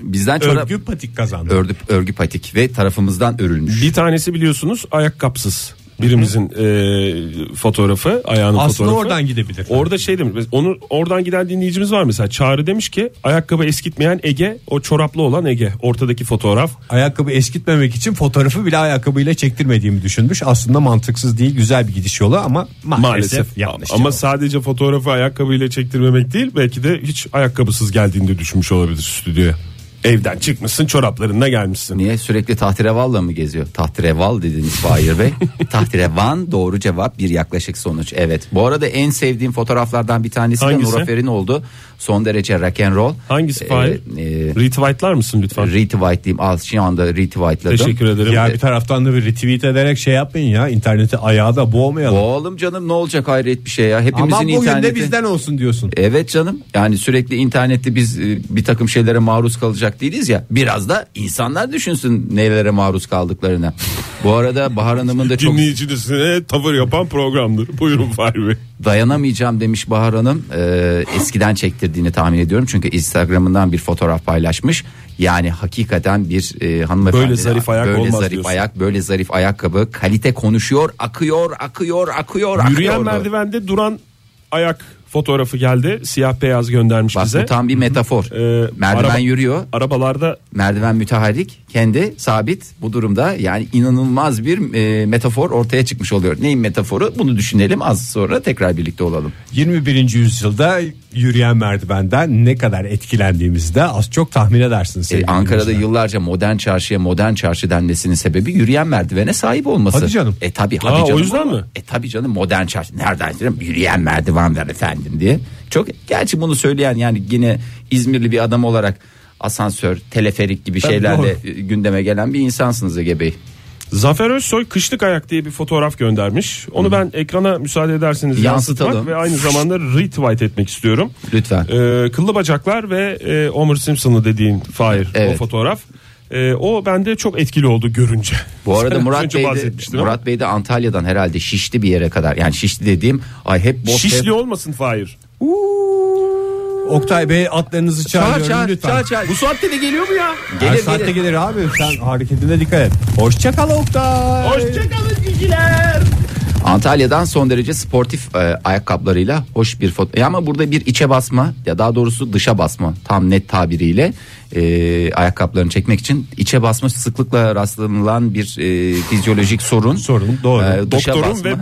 Speaker 4: Bizden çorap örgü,
Speaker 2: örgü patik kazandı.
Speaker 4: örgü patik ve tarafımızdan örülmüş.
Speaker 3: Bir tanesi biliyorsunuz ayakkabısız. Birimizin e, fotoğrafı, ayağının
Speaker 2: Aslında
Speaker 3: fotoğrafı.
Speaker 2: oradan gidebilir.
Speaker 3: Orada şey demiş. biz- Onu oradan giden dinleyicimiz var mesela. Çağrı demiş ki ayakkabı eskitmeyen Ege, o çoraplı olan Ege. Ortadaki fotoğraf.
Speaker 2: ayakkabı eskitmemek için fotoğrafı bile ayakkabıyla çektirmediğimi düşünmüş. Aslında mantıksız değil güzel bir gidiş yolu ama maalesef,
Speaker 3: Maalesef.
Speaker 2: yanlış.
Speaker 3: Ama
Speaker 2: cevap.
Speaker 3: sadece fotoğrafı ayakkabıyla çektirmemek değil, belki de hiç ayakkabısız geldiğinde düşmüş olabilir stüdyoya. Evden çıkmışsın, çoraplarınla gelmişsin.
Speaker 4: Niye sürekli tahtirevalla mı geziyor? Tahtireval dediniz Fahir Bey. Tahtirevan doğru cevap bir yaklaşık sonuç. Evet. Bu arada en sevdiğim fotoğraflardan bir tanesi
Speaker 3: Hangisi?
Speaker 4: de Nurafer'in oldu. Son derece rock and roll.
Speaker 3: Hangisi Fahir?
Speaker 4: Ee, e,
Speaker 3: Retweet'lar mısın lütfen?
Speaker 4: retweetleyeyim. Al şu anda retweetledim.
Speaker 3: Teşekkür ederim.
Speaker 2: Ya bir taraftan da bir retweet ederek şey yapmayın ya interneti ayağa da boğmayalım.
Speaker 4: Oğlum canım ne olacak hayret bir şey ya. Hepimizin
Speaker 2: Aman bugün
Speaker 4: interneti.
Speaker 2: de bizden olsun diyorsun.
Speaker 4: Evet canım yani sürekli internette biz e, bir takım şeylere maruz kalacak değiliz ya. Biraz da insanlar düşünsün nelere maruz kaldıklarını. Bu arada Bahar Hanım'ın da çok
Speaker 3: Dinleyicisine tavır yapan programdır. Buyurun Fahri Bey.
Speaker 4: dayanamayacağım demiş Bahar Hanım. Ee, eskiden çektirdiğini tahmin ediyorum. Çünkü Instagram'ından bir fotoğraf paylaşmış. Yani hakikaten bir e, hanımefendi.
Speaker 3: Böyle zarif ayak
Speaker 4: böyle
Speaker 3: olmaz
Speaker 4: zarif
Speaker 3: diyorsun.
Speaker 4: ayak, böyle zarif ayakkabı. Kalite konuşuyor, akıyor, akıyor, akıyor,
Speaker 3: Yürüyen
Speaker 4: akıyordu.
Speaker 3: merdivende duran ayak fotoğrafı geldi. Siyah beyaz göndermiş
Speaker 4: Bak
Speaker 3: bize.
Speaker 4: bu tam bir metafor.
Speaker 3: Ee,
Speaker 4: Merdiven
Speaker 3: araba-
Speaker 4: yürüyor.
Speaker 3: Arabalarda
Speaker 4: merdiven müteharrik kendi sabit bu durumda yani inanılmaz bir e, metafor ortaya çıkmış oluyor. Neyin metaforu bunu düşünelim az sonra tekrar birlikte olalım.
Speaker 2: 21. yüzyılda yürüyen merdivenden ne kadar etkilendiğimizi de az çok tahmin edersiniz.
Speaker 4: E,
Speaker 2: sevgili
Speaker 4: Ankara'da
Speaker 2: dinleyiciler.
Speaker 4: yıllarca modern çarşıya modern çarşı denmesinin sebebi yürüyen merdivene sahip olması.
Speaker 2: Hadi canım.
Speaker 4: E tabi hadi
Speaker 3: Aa, o
Speaker 4: canım.
Speaker 3: yüzden
Speaker 4: ama-
Speaker 3: mi?
Speaker 4: E tabi canım modern çarşı nereden canım yürüyen merdiven ver efendim diye. Çok gerçi bunu söyleyen yani yine İzmirli bir adam olarak asansör, teleferik gibi şeylerle
Speaker 2: doğru.
Speaker 4: e, gündeme gelen bir insansınız Ege Bey.
Speaker 3: Zafer Özsoy kışlık ayak diye bir fotoğraf göndermiş. Onu ben ekrana müsaade ederseniz
Speaker 4: Yansıtalım.
Speaker 3: yansıtmak ve aynı zamanda retweet etmek istiyorum.
Speaker 4: Lütfen.
Speaker 3: Ee, kıllı bacaklar ve e, Homer Simpson'ı dediğin Fahir
Speaker 4: Evet.
Speaker 3: o fotoğraf. Ee, o bende çok etkili oldu görünce.
Speaker 4: Bu arada
Speaker 3: Sen az
Speaker 4: Murat
Speaker 3: önce
Speaker 4: Bey de,
Speaker 3: bahsetmiştin ama
Speaker 4: Murat Bey de Antalya'dan herhalde Şişli bir yere kadar. Yani Şişli dediğim ay hep boş hep-
Speaker 3: Şişli olmasın Fahir.
Speaker 2: Oktay Bey atlarınızı çağırıyorum
Speaker 4: Çağır çağır,
Speaker 2: lütfen.
Speaker 4: çağır çağır. Bu saatte de geliyor mu ya?
Speaker 2: Her
Speaker 4: Gelir
Speaker 2: saatte
Speaker 4: gelir.
Speaker 2: gelir abi. Sen hareketine dikkat et. Hoşçakal Oktay.
Speaker 3: Hoşçakalın ciciler.
Speaker 4: Antalya'dan son derece sportif e, ayakkabılarıyla hoş bir foto. Ya ama burada bir içe basma ya daha doğrusu dışa basma tam net tabiriyle e, ayakkabılarını çekmek için içe basma sıklıkla rastlanılan bir e, fizyolojik sorun. E,
Speaker 2: Sorun, doğru.
Speaker 4: dışa
Speaker 3: Doktorum ve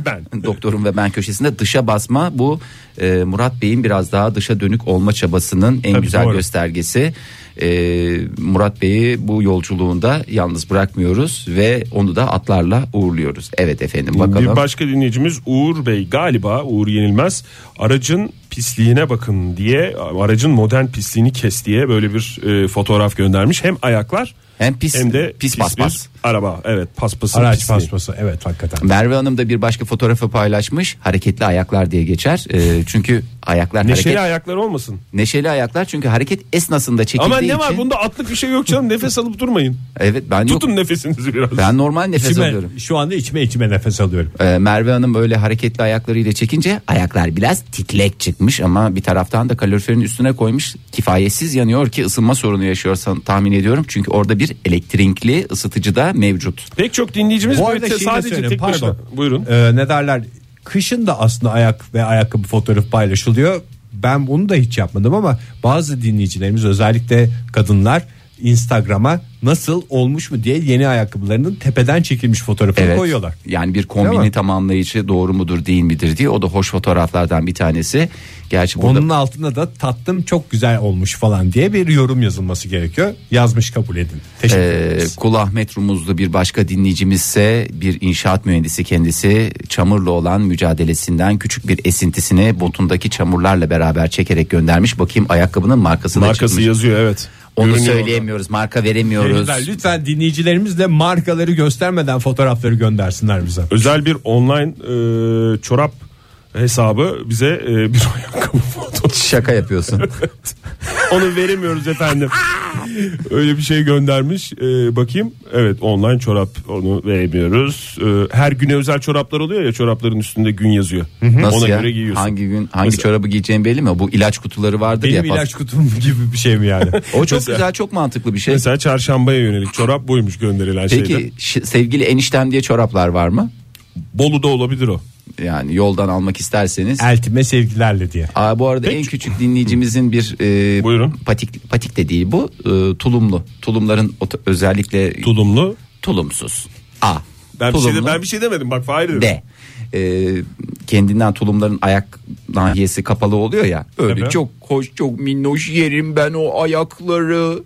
Speaker 3: ben.
Speaker 4: Doktorum ve ben köşesinde dışa basma bu e, Murat Bey'in biraz daha dışa dönük olma çabasının en
Speaker 3: Tabii,
Speaker 4: güzel
Speaker 3: doğru.
Speaker 4: göstergesi. E, Murat Bey'i bu yolculuğunda yalnız bırakmıyoruz ve onu da atlarla uğurluyoruz. Evet efendim bakalım.
Speaker 3: Bir başka dinleyicimiz Uğur Bey galiba Uğur Yenilmez aracın pisliğine bakın diye aracın modern pisliğini kes diye böyle bir e, fotoğraf göndermiş. Hem ayaklar
Speaker 4: Hem pis,
Speaker 3: hem de
Speaker 4: pis,
Speaker 3: pis,
Speaker 4: pas pas.
Speaker 3: bir araba. Evet paspasın
Speaker 2: Araç
Speaker 3: pisliği.
Speaker 2: paspası evet hakikaten.
Speaker 4: Merve Hanım da bir başka fotoğrafı paylaşmış. Hareketli ayaklar diye geçer. Ee, çünkü ayaklar
Speaker 3: Neşeli
Speaker 4: hareket
Speaker 3: ayaklar olmasın.
Speaker 4: neşeli ayaklar çünkü hareket esnasında çekildiği
Speaker 3: Ama ne
Speaker 4: için.
Speaker 3: var bunda atlık bir şey yok canım nefes alıp durmayın.
Speaker 4: Evet ben yok.
Speaker 3: Tutun nefesinizi biraz.
Speaker 4: Ben normal nefes
Speaker 2: İçime-
Speaker 4: alıyorum.
Speaker 2: şu anda içime içime nefes alıyorum.
Speaker 4: Ee, Merve Hanım böyle hareketli ayaklarıyla çekince ayaklar biraz titrek çıkmış ama bir taraftan da kaloriferin üstüne koymuş. Kifayetsiz yanıyor ki ısınma sorunu yaşıyorsan tahmin ediyorum. Çünkü orada bir elektrikli ısıtıcı da mevcut.
Speaker 3: Pek çok dinleyicimiz
Speaker 2: Bu
Speaker 3: böyle
Speaker 2: arada şeyi de
Speaker 3: sadece
Speaker 2: söyleyeyim,
Speaker 3: tek başına.
Speaker 2: pardon.
Speaker 3: Buyurun.
Speaker 2: Ee, ne derler? Kışın da aslında ayak ve ayakkabı fotoğrafı paylaşılıyor. Ben bunu da hiç yapmadım ama bazı dinleyicilerimiz özellikle kadınlar Instagram'a nasıl olmuş mu diye yeni ayakkabılarının tepeden çekilmiş fotoğrafını koyuyorlar.
Speaker 4: Yani bir
Speaker 2: Değil
Speaker 4: kombini
Speaker 2: mi?
Speaker 4: tamamlayıcı doğru mudur değil midir diye o da hoş fotoğraflardan bir tanesi. Gerçi burada
Speaker 2: Onun altına da tattım çok güzel olmuş falan diye bir yorum yazılması gerekiyor. Yazmış kabul edin. Teşekkür
Speaker 4: Ee,
Speaker 2: ederiz.
Speaker 4: Kul Ahmet Rumuzlu bir başka dinleyicimizse bir inşaat mühendisi kendisi çamurla olan mücadelesinden küçük bir esintisini botundaki çamurlarla beraber çekerek göndermiş. Bakayım ayakkabının markası da
Speaker 3: Markası
Speaker 4: çıkmış.
Speaker 3: yazıyor evet.
Speaker 4: Onu
Speaker 3: Görünüyor
Speaker 4: söyleyemiyoruz marka veremiyoruz.
Speaker 2: Lütfen, lütfen dinleyicilerimiz de markaları göstermeden fotoğrafları göndersinler bize.
Speaker 3: özel bir online e, çorap hesabı bize e, bir ayakkabı fotoğrafı.
Speaker 4: Şaka yapıyorsun.
Speaker 3: Onu veremiyoruz efendim. Öyle bir şey göndermiş. E, bakayım. Evet online çorap onu veremiyoruz. E, her güne özel çoraplar oluyor ya çorapların üstünde gün yazıyor.
Speaker 4: Nasıl
Speaker 3: Ona
Speaker 4: ya?
Speaker 3: göre giyiyorsun.
Speaker 4: Hangi gün hangi
Speaker 3: Mesela-
Speaker 4: çorabı giyeceğim belli mi? Bu ilaç kutuları vardır
Speaker 2: Benim
Speaker 4: ya. pas-
Speaker 2: ilaç kutum gibi bir şey mi yani?
Speaker 4: O çok
Speaker 3: Mesela-
Speaker 4: güzel çok mantıklı bir şey.
Speaker 3: Mesela çarşambaya yönelik çorap buymuş gönderilen şeyde.
Speaker 4: Peki ş- sevgili eniştem diye çoraplar var mı?
Speaker 3: Bolu'da olabilir o.
Speaker 4: Yani yoldan almak isterseniz.
Speaker 2: Eltime sevgilerle diye.
Speaker 4: Aa, bu arada
Speaker 3: Er- Peki.
Speaker 4: en küçük dinleyicimizin bir e,
Speaker 3: Buyurun.
Speaker 4: patik patik de değil bu e, tulumlu. Tulumların oto- özellikle
Speaker 3: Tulumlu.
Speaker 4: tulumsuz. A.
Speaker 3: Ben bir, şey de-
Speaker 4: tulumlu.
Speaker 3: ben bir şey demedim bak Fahir dedi.
Speaker 4: B. E, kendinden tulumların ayak nahiyesi kapalı oluyor ya. Öyle
Speaker 3: Tabii.
Speaker 4: çok hoş çok minnoş yerim ben o ayakları.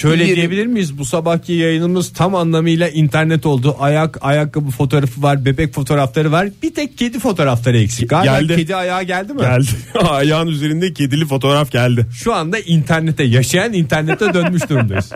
Speaker 2: Şöyle
Speaker 4: Yerim.
Speaker 2: diyebilir miyiz? Bu sabahki yayınımız tam anlamıyla internet oldu. Ayak, ayakkabı fotoğrafı var, bebek fotoğrafları var. Bir tek kedi fotoğrafları eksik. Galiba
Speaker 3: Geldi.
Speaker 2: kedi ayağı geldi mi?
Speaker 3: Geldi. Ayağın üzerinde kedili fotoğraf geldi.
Speaker 2: Şu anda internete yaşayan internete dönmüş durumdayız.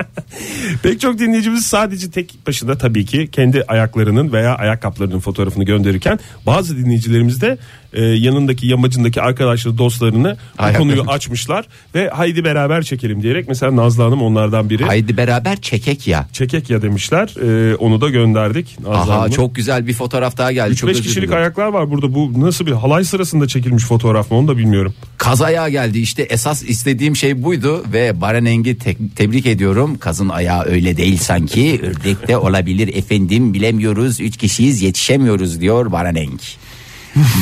Speaker 3: Pek çok dinleyicimiz sadece tek başına tabii ki kendi ayaklarının veya ayakkabılarının fotoğrafını gönderirken bazı dinleyicilerimiz de e, yanındaki yamacındaki arkadaşları dostlarını bu
Speaker 4: Ayakları.
Speaker 3: konuyu açmışlar ve haydi beraber çekelim diyerek mesela Nazlı Hanım onlardan biri
Speaker 4: Haydi beraber çekek ya.
Speaker 3: çekek ya demişler E, onu da gönderdik Nazlı
Speaker 4: Aha
Speaker 3: Hanım'a.
Speaker 4: çok güzel bir fotoğraf daha geldi. çok
Speaker 3: 5
Speaker 4: özür
Speaker 3: kişilik
Speaker 4: dilerim.
Speaker 3: ayaklar var burada bu nasıl bir halay sırasında çekilmiş fotoğraf mı onu da bilmiyorum.
Speaker 4: Kaz ayağı geldi işte esas istediğim şey buydu ve Baraneng'i te- tebrik ediyorum. Kazın ayağı öyle değil sanki ördek de olabilir efendim bilemiyoruz üç kişiyiz yetişemiyoruz diyor Baraneng.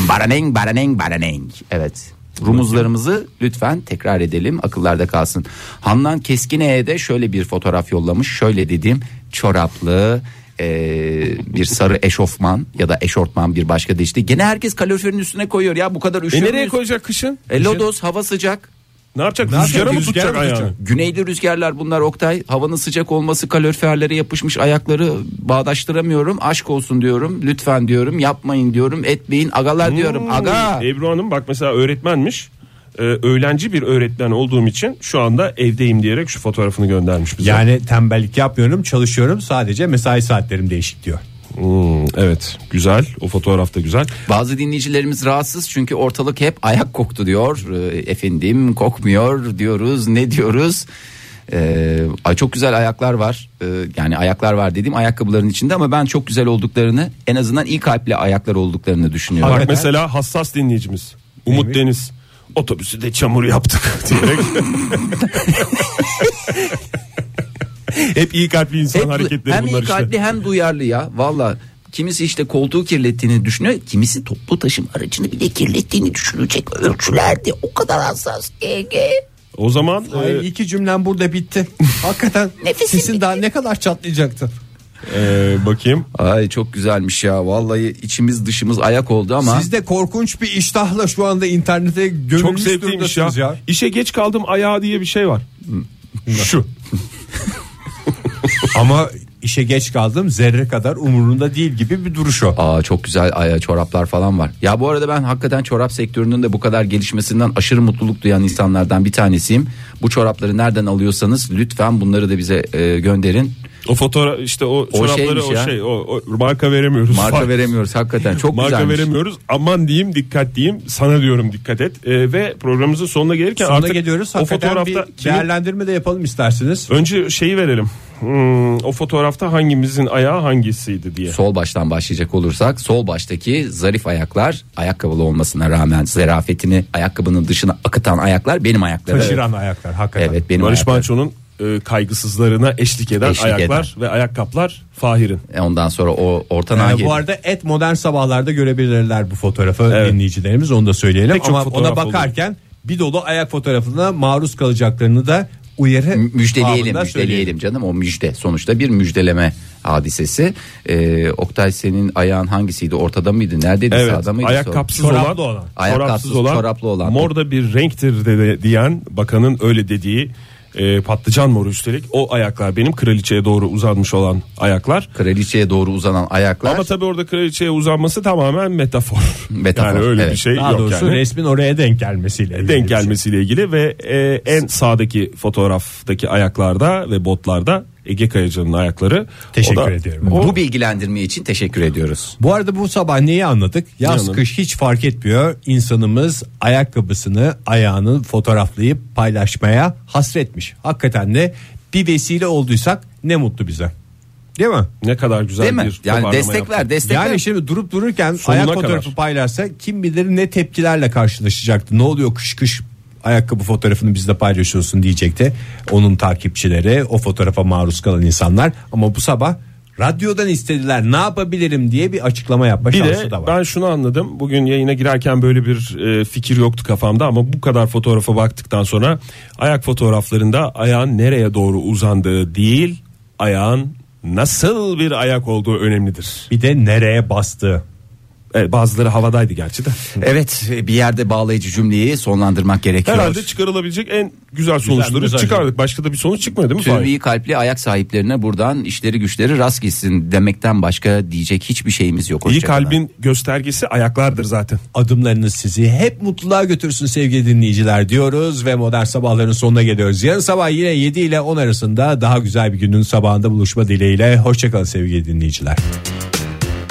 Speaker 4: Baraneng Baraneng Baraneng evet. Rumuzlarımızı lütfen tekrar edelim akıllarda kalsın. Handan Keskine'ye de şöyle bir fotoğraf yollamış. Şöyle dediğim çoraplı eee, bir sarı eşofman ya da eşortman bir başka değişti. Gene herkes kaloriferin üstüne koyuyor ya bu kadar
Speaker 3: E
Speaker 4: üşüyor
Speaker 3: nereye
Speaker 4: muyuz?
Speaker 3: koyacak kışın?
Speaker 4: E, Lodos hava sıcak.
Speaker 3: Ne yapacak?
Speaker 2: Ne yapacak?
Speaker 3: Rüzgara mı
Speaker 2: Rüzgara
Speaker 3: tutacak
Speaker 2: mı
Speaker 3: ayağını?
Speaker 2: tutacak?
Speaker 4: Güneyli rüzgarlar bunlar Oktay. Havanın sıcak olması kaloriferlere yapışmış ayakları bağdaştıramıyorum. Aşk olsun diyorum. Lütfen diyorum. Yapmayın diyorum. Etmeyin. Agalar
Speaker 3: Hmm.
Speaker 4: diyorum. Aga.
Speaker 3: Ebru Hanım bak mesela öğretmenmiş. Ee, öğlenci bir öğretmen olduğum için şu anda evdeyim diyerek şu fotoğrafını göndermiş bize.
Speaker 2: Yani tembellik yapmıyorum, çalışıyorum. Sadece mesai saatlerim değişik diyor.
Speaker 3: Hmm, evet güzel o fotoğraf da güzel.
Speaker 4: Bazı dinleyicilerimiz rahatsız çünkü ortalık hep ayak koktu diyor. Ee, Efendim kokmuyor diyoruz ne diyoruz. Ee, ay çok güzel ayaklar var Ee, yani ayaklar var dediğim ayakkabıların içinde ama ben çok güzel olduklarını en azından iyi kalpli ayaklar olduklarını düşünüyorum.
Speaker 3: Bak mesela hassas dinleyicimiz Umut
Speaker 2: Neymiş?
Speaker 3: Deniz otobüsü de çamur yaptık diyerek. Hep iyi kalpli insan
Speaker 4: Hep-
Speaker 3: hareketleri
Speaker 4: hem
Speaker 3: bunlar
Speaker 4: iyi
Speaker 3: işte.
Speaker 4: kalpli hem duyarlı ya valla. Kimisi işte koltuğu kirlettiğini düşünüyor. Kimisi toplu taşıma aracını bile kirlettiğini düşünecek ölçülerde o kadar hassas. Ege.
Speaker 3: O zaman
Speaker 2: Hayır,
Speaker 3: e,
Speaker 2: iki cümlem burada bitti. Hakikaten
Speaker 4: Nefesim
Speaker 2: sesin daha ne kadar çatlayacaktı.
Speaker 3: e, bakayım.
Speaker 4: Ay çok güzelmiş ya. Vallahi içimiz dışımız ayak oldu ama.
Speaker 2: Siz de korkunç bir iştahla şu anda internete gömülmüş
Speaker 3: Çok sevdiğim iş ya.
Speaker 2: durumdasınız ya.
Speaker 3: İşe geç kaldım ayağı diye bir şey var. Şu.
Speaker 2: Ama işe geç kaldım zerre kadar umurunda değil gibi bir duruş o.
Speaker 4: Aa çok güzel aya çoraplar falan var. Ya bu arada ben hakikaten çorap sektörünün de bu kadar gelişmesinden aşırı mutluluk duyan insanlardan bir tanesiyim. Bu çorapları nereden alıyorsanız lütfen bunları da bize e, gönderin.
Speaker 3: O fotoğraf işte o çorapları
Speaker 4: şeymiş
Speaker 3: o
Speaker 4: ya.
Speaker 3: şey o, o marka veremiyoruz.
Speaker 4: Marka
Speaker 3: Fark-
Speaker 4: veremiyoruz hakikaten çok
Speaker 3: Marka
Speaker 4: güzelmiş.
Speaker 3: veremiyoruz. Aman diyeyim dikkat diyeyim. Sana diyorum dikkat et. E, ve programımızın sonuna gelirken
Speaker 2: Sonuna
Speaker 3: artık
Speaker 2: geliyoruz.
Speaker 3: o
Speaker 2: Hakikaten
Speaker 3: fotoğrafta
Speaker 2: bir
Speaker 3: kimin- Ee,
Speaker 2: değerlendirme de yapalım isterseniz.
Speaker 3: önce şeyi verelim. Hmm, o fotoğrafta hangimizin ayağı hangisiydi diye.
Speaker 4: Sol baştan başlayacak olursak sol baştaki zarif ayaklar ayakkabılı olmasına rağmen zarafetini ayakkabının dışına akıtan ayaklar benim ayaklarım.
Speaker 2: Taşıran ayaklar hakikaten.
Speaker 4: Evet benim
Speaker 3: Barış
Speaker 4: ayaklarım.
Speaker 3: Manço'nun e, kaygısızlarına eşlik eden
Speaker 4: Eşlik
Speaker 3: ayaklar ve ayakkabılar Fahir'in.
Speaker 4: E, Ondan sonra o
Speaker 3: Ee,
Speaker 4: orta
Speaker 2: Yani
Speaker 4: nage.
Speaker 2: Ee, bu arada et modern sabahlarda görebilirler bu fotoğrafı
Speaker 3: Evet.
Speaker 2: dinleyicilerimiz onu da söyleyelim.
Speaker 3: Pek çok
Speaker 2: Ama
Speaker 3: fotoğraf
Speaker 2: ona bakarken bir dolu ayak fotoğrafına maruz kalacaklarını da uyarı babında
Speaker 4: müjdeleyelim
Speaker 2: söyleyelim.
Speaker 4: müjdeleyelim canım o müjde sonuçta bir müjdeleme hadisesi ee, Oktay senin ayağın hangisiydi ortada mıydı neredeydi
Speaker 3: Evet.
Speaker 4: sağda mıydı
Speaker 3: Ayak
Speaker 4: sol-
Speaker 3: kapsız
Speaker 2: Çoraplı
Speaker 3: olan,
Speaker 2: olan.
Speaker 4: Ayak
Speaker 3: çorapsız
Speaker 4: kapsız, çoraplı olan.
Speaker 3: Mor da bir renktir de, diyen bakanın öyle dediği e, patlıcan moru üstelik o ayaklar benim kraliçeye doğru uzanmış olan ayaklar.
Speaker 4: kraliçeye doğru uzanan ayaklar
Speaker 3: Ama tabii orada kraliçeye uzanması tamamen metafor.
Speaker 4: Metafor,
Speaker 3: yani öyle bir
Speaker 4: evet.
Speaker 3: şey
Speaker 2: Daha
Speaker 3: yok
Speaker 2: doğrusu
Speaker 3: yani.
Speaker 2: resmin oraya denk gelmesiyle. ilgili
Speaker 3: denk
Speaker 2: bir şey.
Speaker 3: gelmesiyle ilgili ve e, en sağdaki fotoğraftaki ayaklarda ve botlarda Ege Kayacan'ın ayakları.
Speaker 2: Teşekkür
Speaker 3: O da-
Speaker 2: ediyorum.
Speaker 3: O-
Speaker 4: bu bilgilendirme için teşekkür ediyoruz
Speaker 2: Bu arada bu sabah neyi anladık? Yaz
Speaker 3: anladık?
Speaker 2: kış hiç fark etmiyor. İnsanımız ayakkabısını ayağını fotoğraflayıp paylaşmaya hasretmiş. Hakikaten de bir vesile olduysak ne mutlu bize. Değil mi?
Speaker 3: ne kadar güzel
Speaker 4: değil mi
Speaker 3: bir
Speaker 4: yani
Speaker 3: toparlama
Speaker 4: destek
Speaker 3: yaptın.
Speaker 4: ver destek
Speaker 2: Yani
Speaker 4: ver
Speaker 2: şimdi durup dururken
Speaker 3: Sonuna
Speaker 2: ayak
Speaker 3: kadar.
Speaker 2: fotoğrafı paylaşsa kim bilir ne tepkilerle karşılaşacaktı. Ne oluyor kış kış ayakkabı fotoğrafını bizde paylaşıyorsun diyecekti. Onun takipçileri o fotoğrafa maruz kalan insanlar ama bu sabah radyodan istediler ne yapabilirim diye bir açıklama yapma
Speaker 3: Bir
Speaker 2: şansı
Speaker 3: de
Speaker 2: da var.
Speaker 3: ben şunu anladım. Bugün yayına girerken böyle bir e, fikir yoktu kafamda ama bu kadar fotoğrafa baktıktan sonra ayak fotoğraflarında ayağın nereye doğru uzandığı değil, ayağın nasıl bir ayak olduğu önemlidir.
Speaker 2: Bir de nereye bastı?
Speaker 3: E, bazıları havadaydı gerçi de.
Speaker 4: evet bir yerde bağlayıcı cümleyi sonlandırmak gerekiyor
Speaker 3: Herhalde çıkarılabilecek en güzel sonuçları
Speaker 2: güzel.
Speaker 3: çıkardık. Başka da bir sonuç çıkmıyor değil mi?
Speaker 4: Tüm
Speaker 3: Fahir?
Speaker 4: iyi kalpli ayak sahiplerine buradan işleri güçleri rast gitsin demekten başka diyecek hiçbir şeyimiz yok.
Speaker 3: İyi
Speaker 4: Hoşça kalın.
Speaker 3: kalbin göstergesi ayaklardır zaten.
Speaker 2: Adımlarınız sizi hep mutluluğa götürsün sevgili dinleyiciler diyoruz ve modern sabahların sonuna geliyoruz. Yarın sabah yine 7 ile 10 arasında daha güzel bir günün sabahında buluşma dileğiyle. Hoşçakalın sevgili dinleyiciler.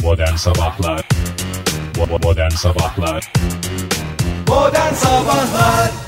Speaker 1: Modern Sabahlar Bo- bo- Modern Sabahlar
Speaker 5: Modern Sabahlar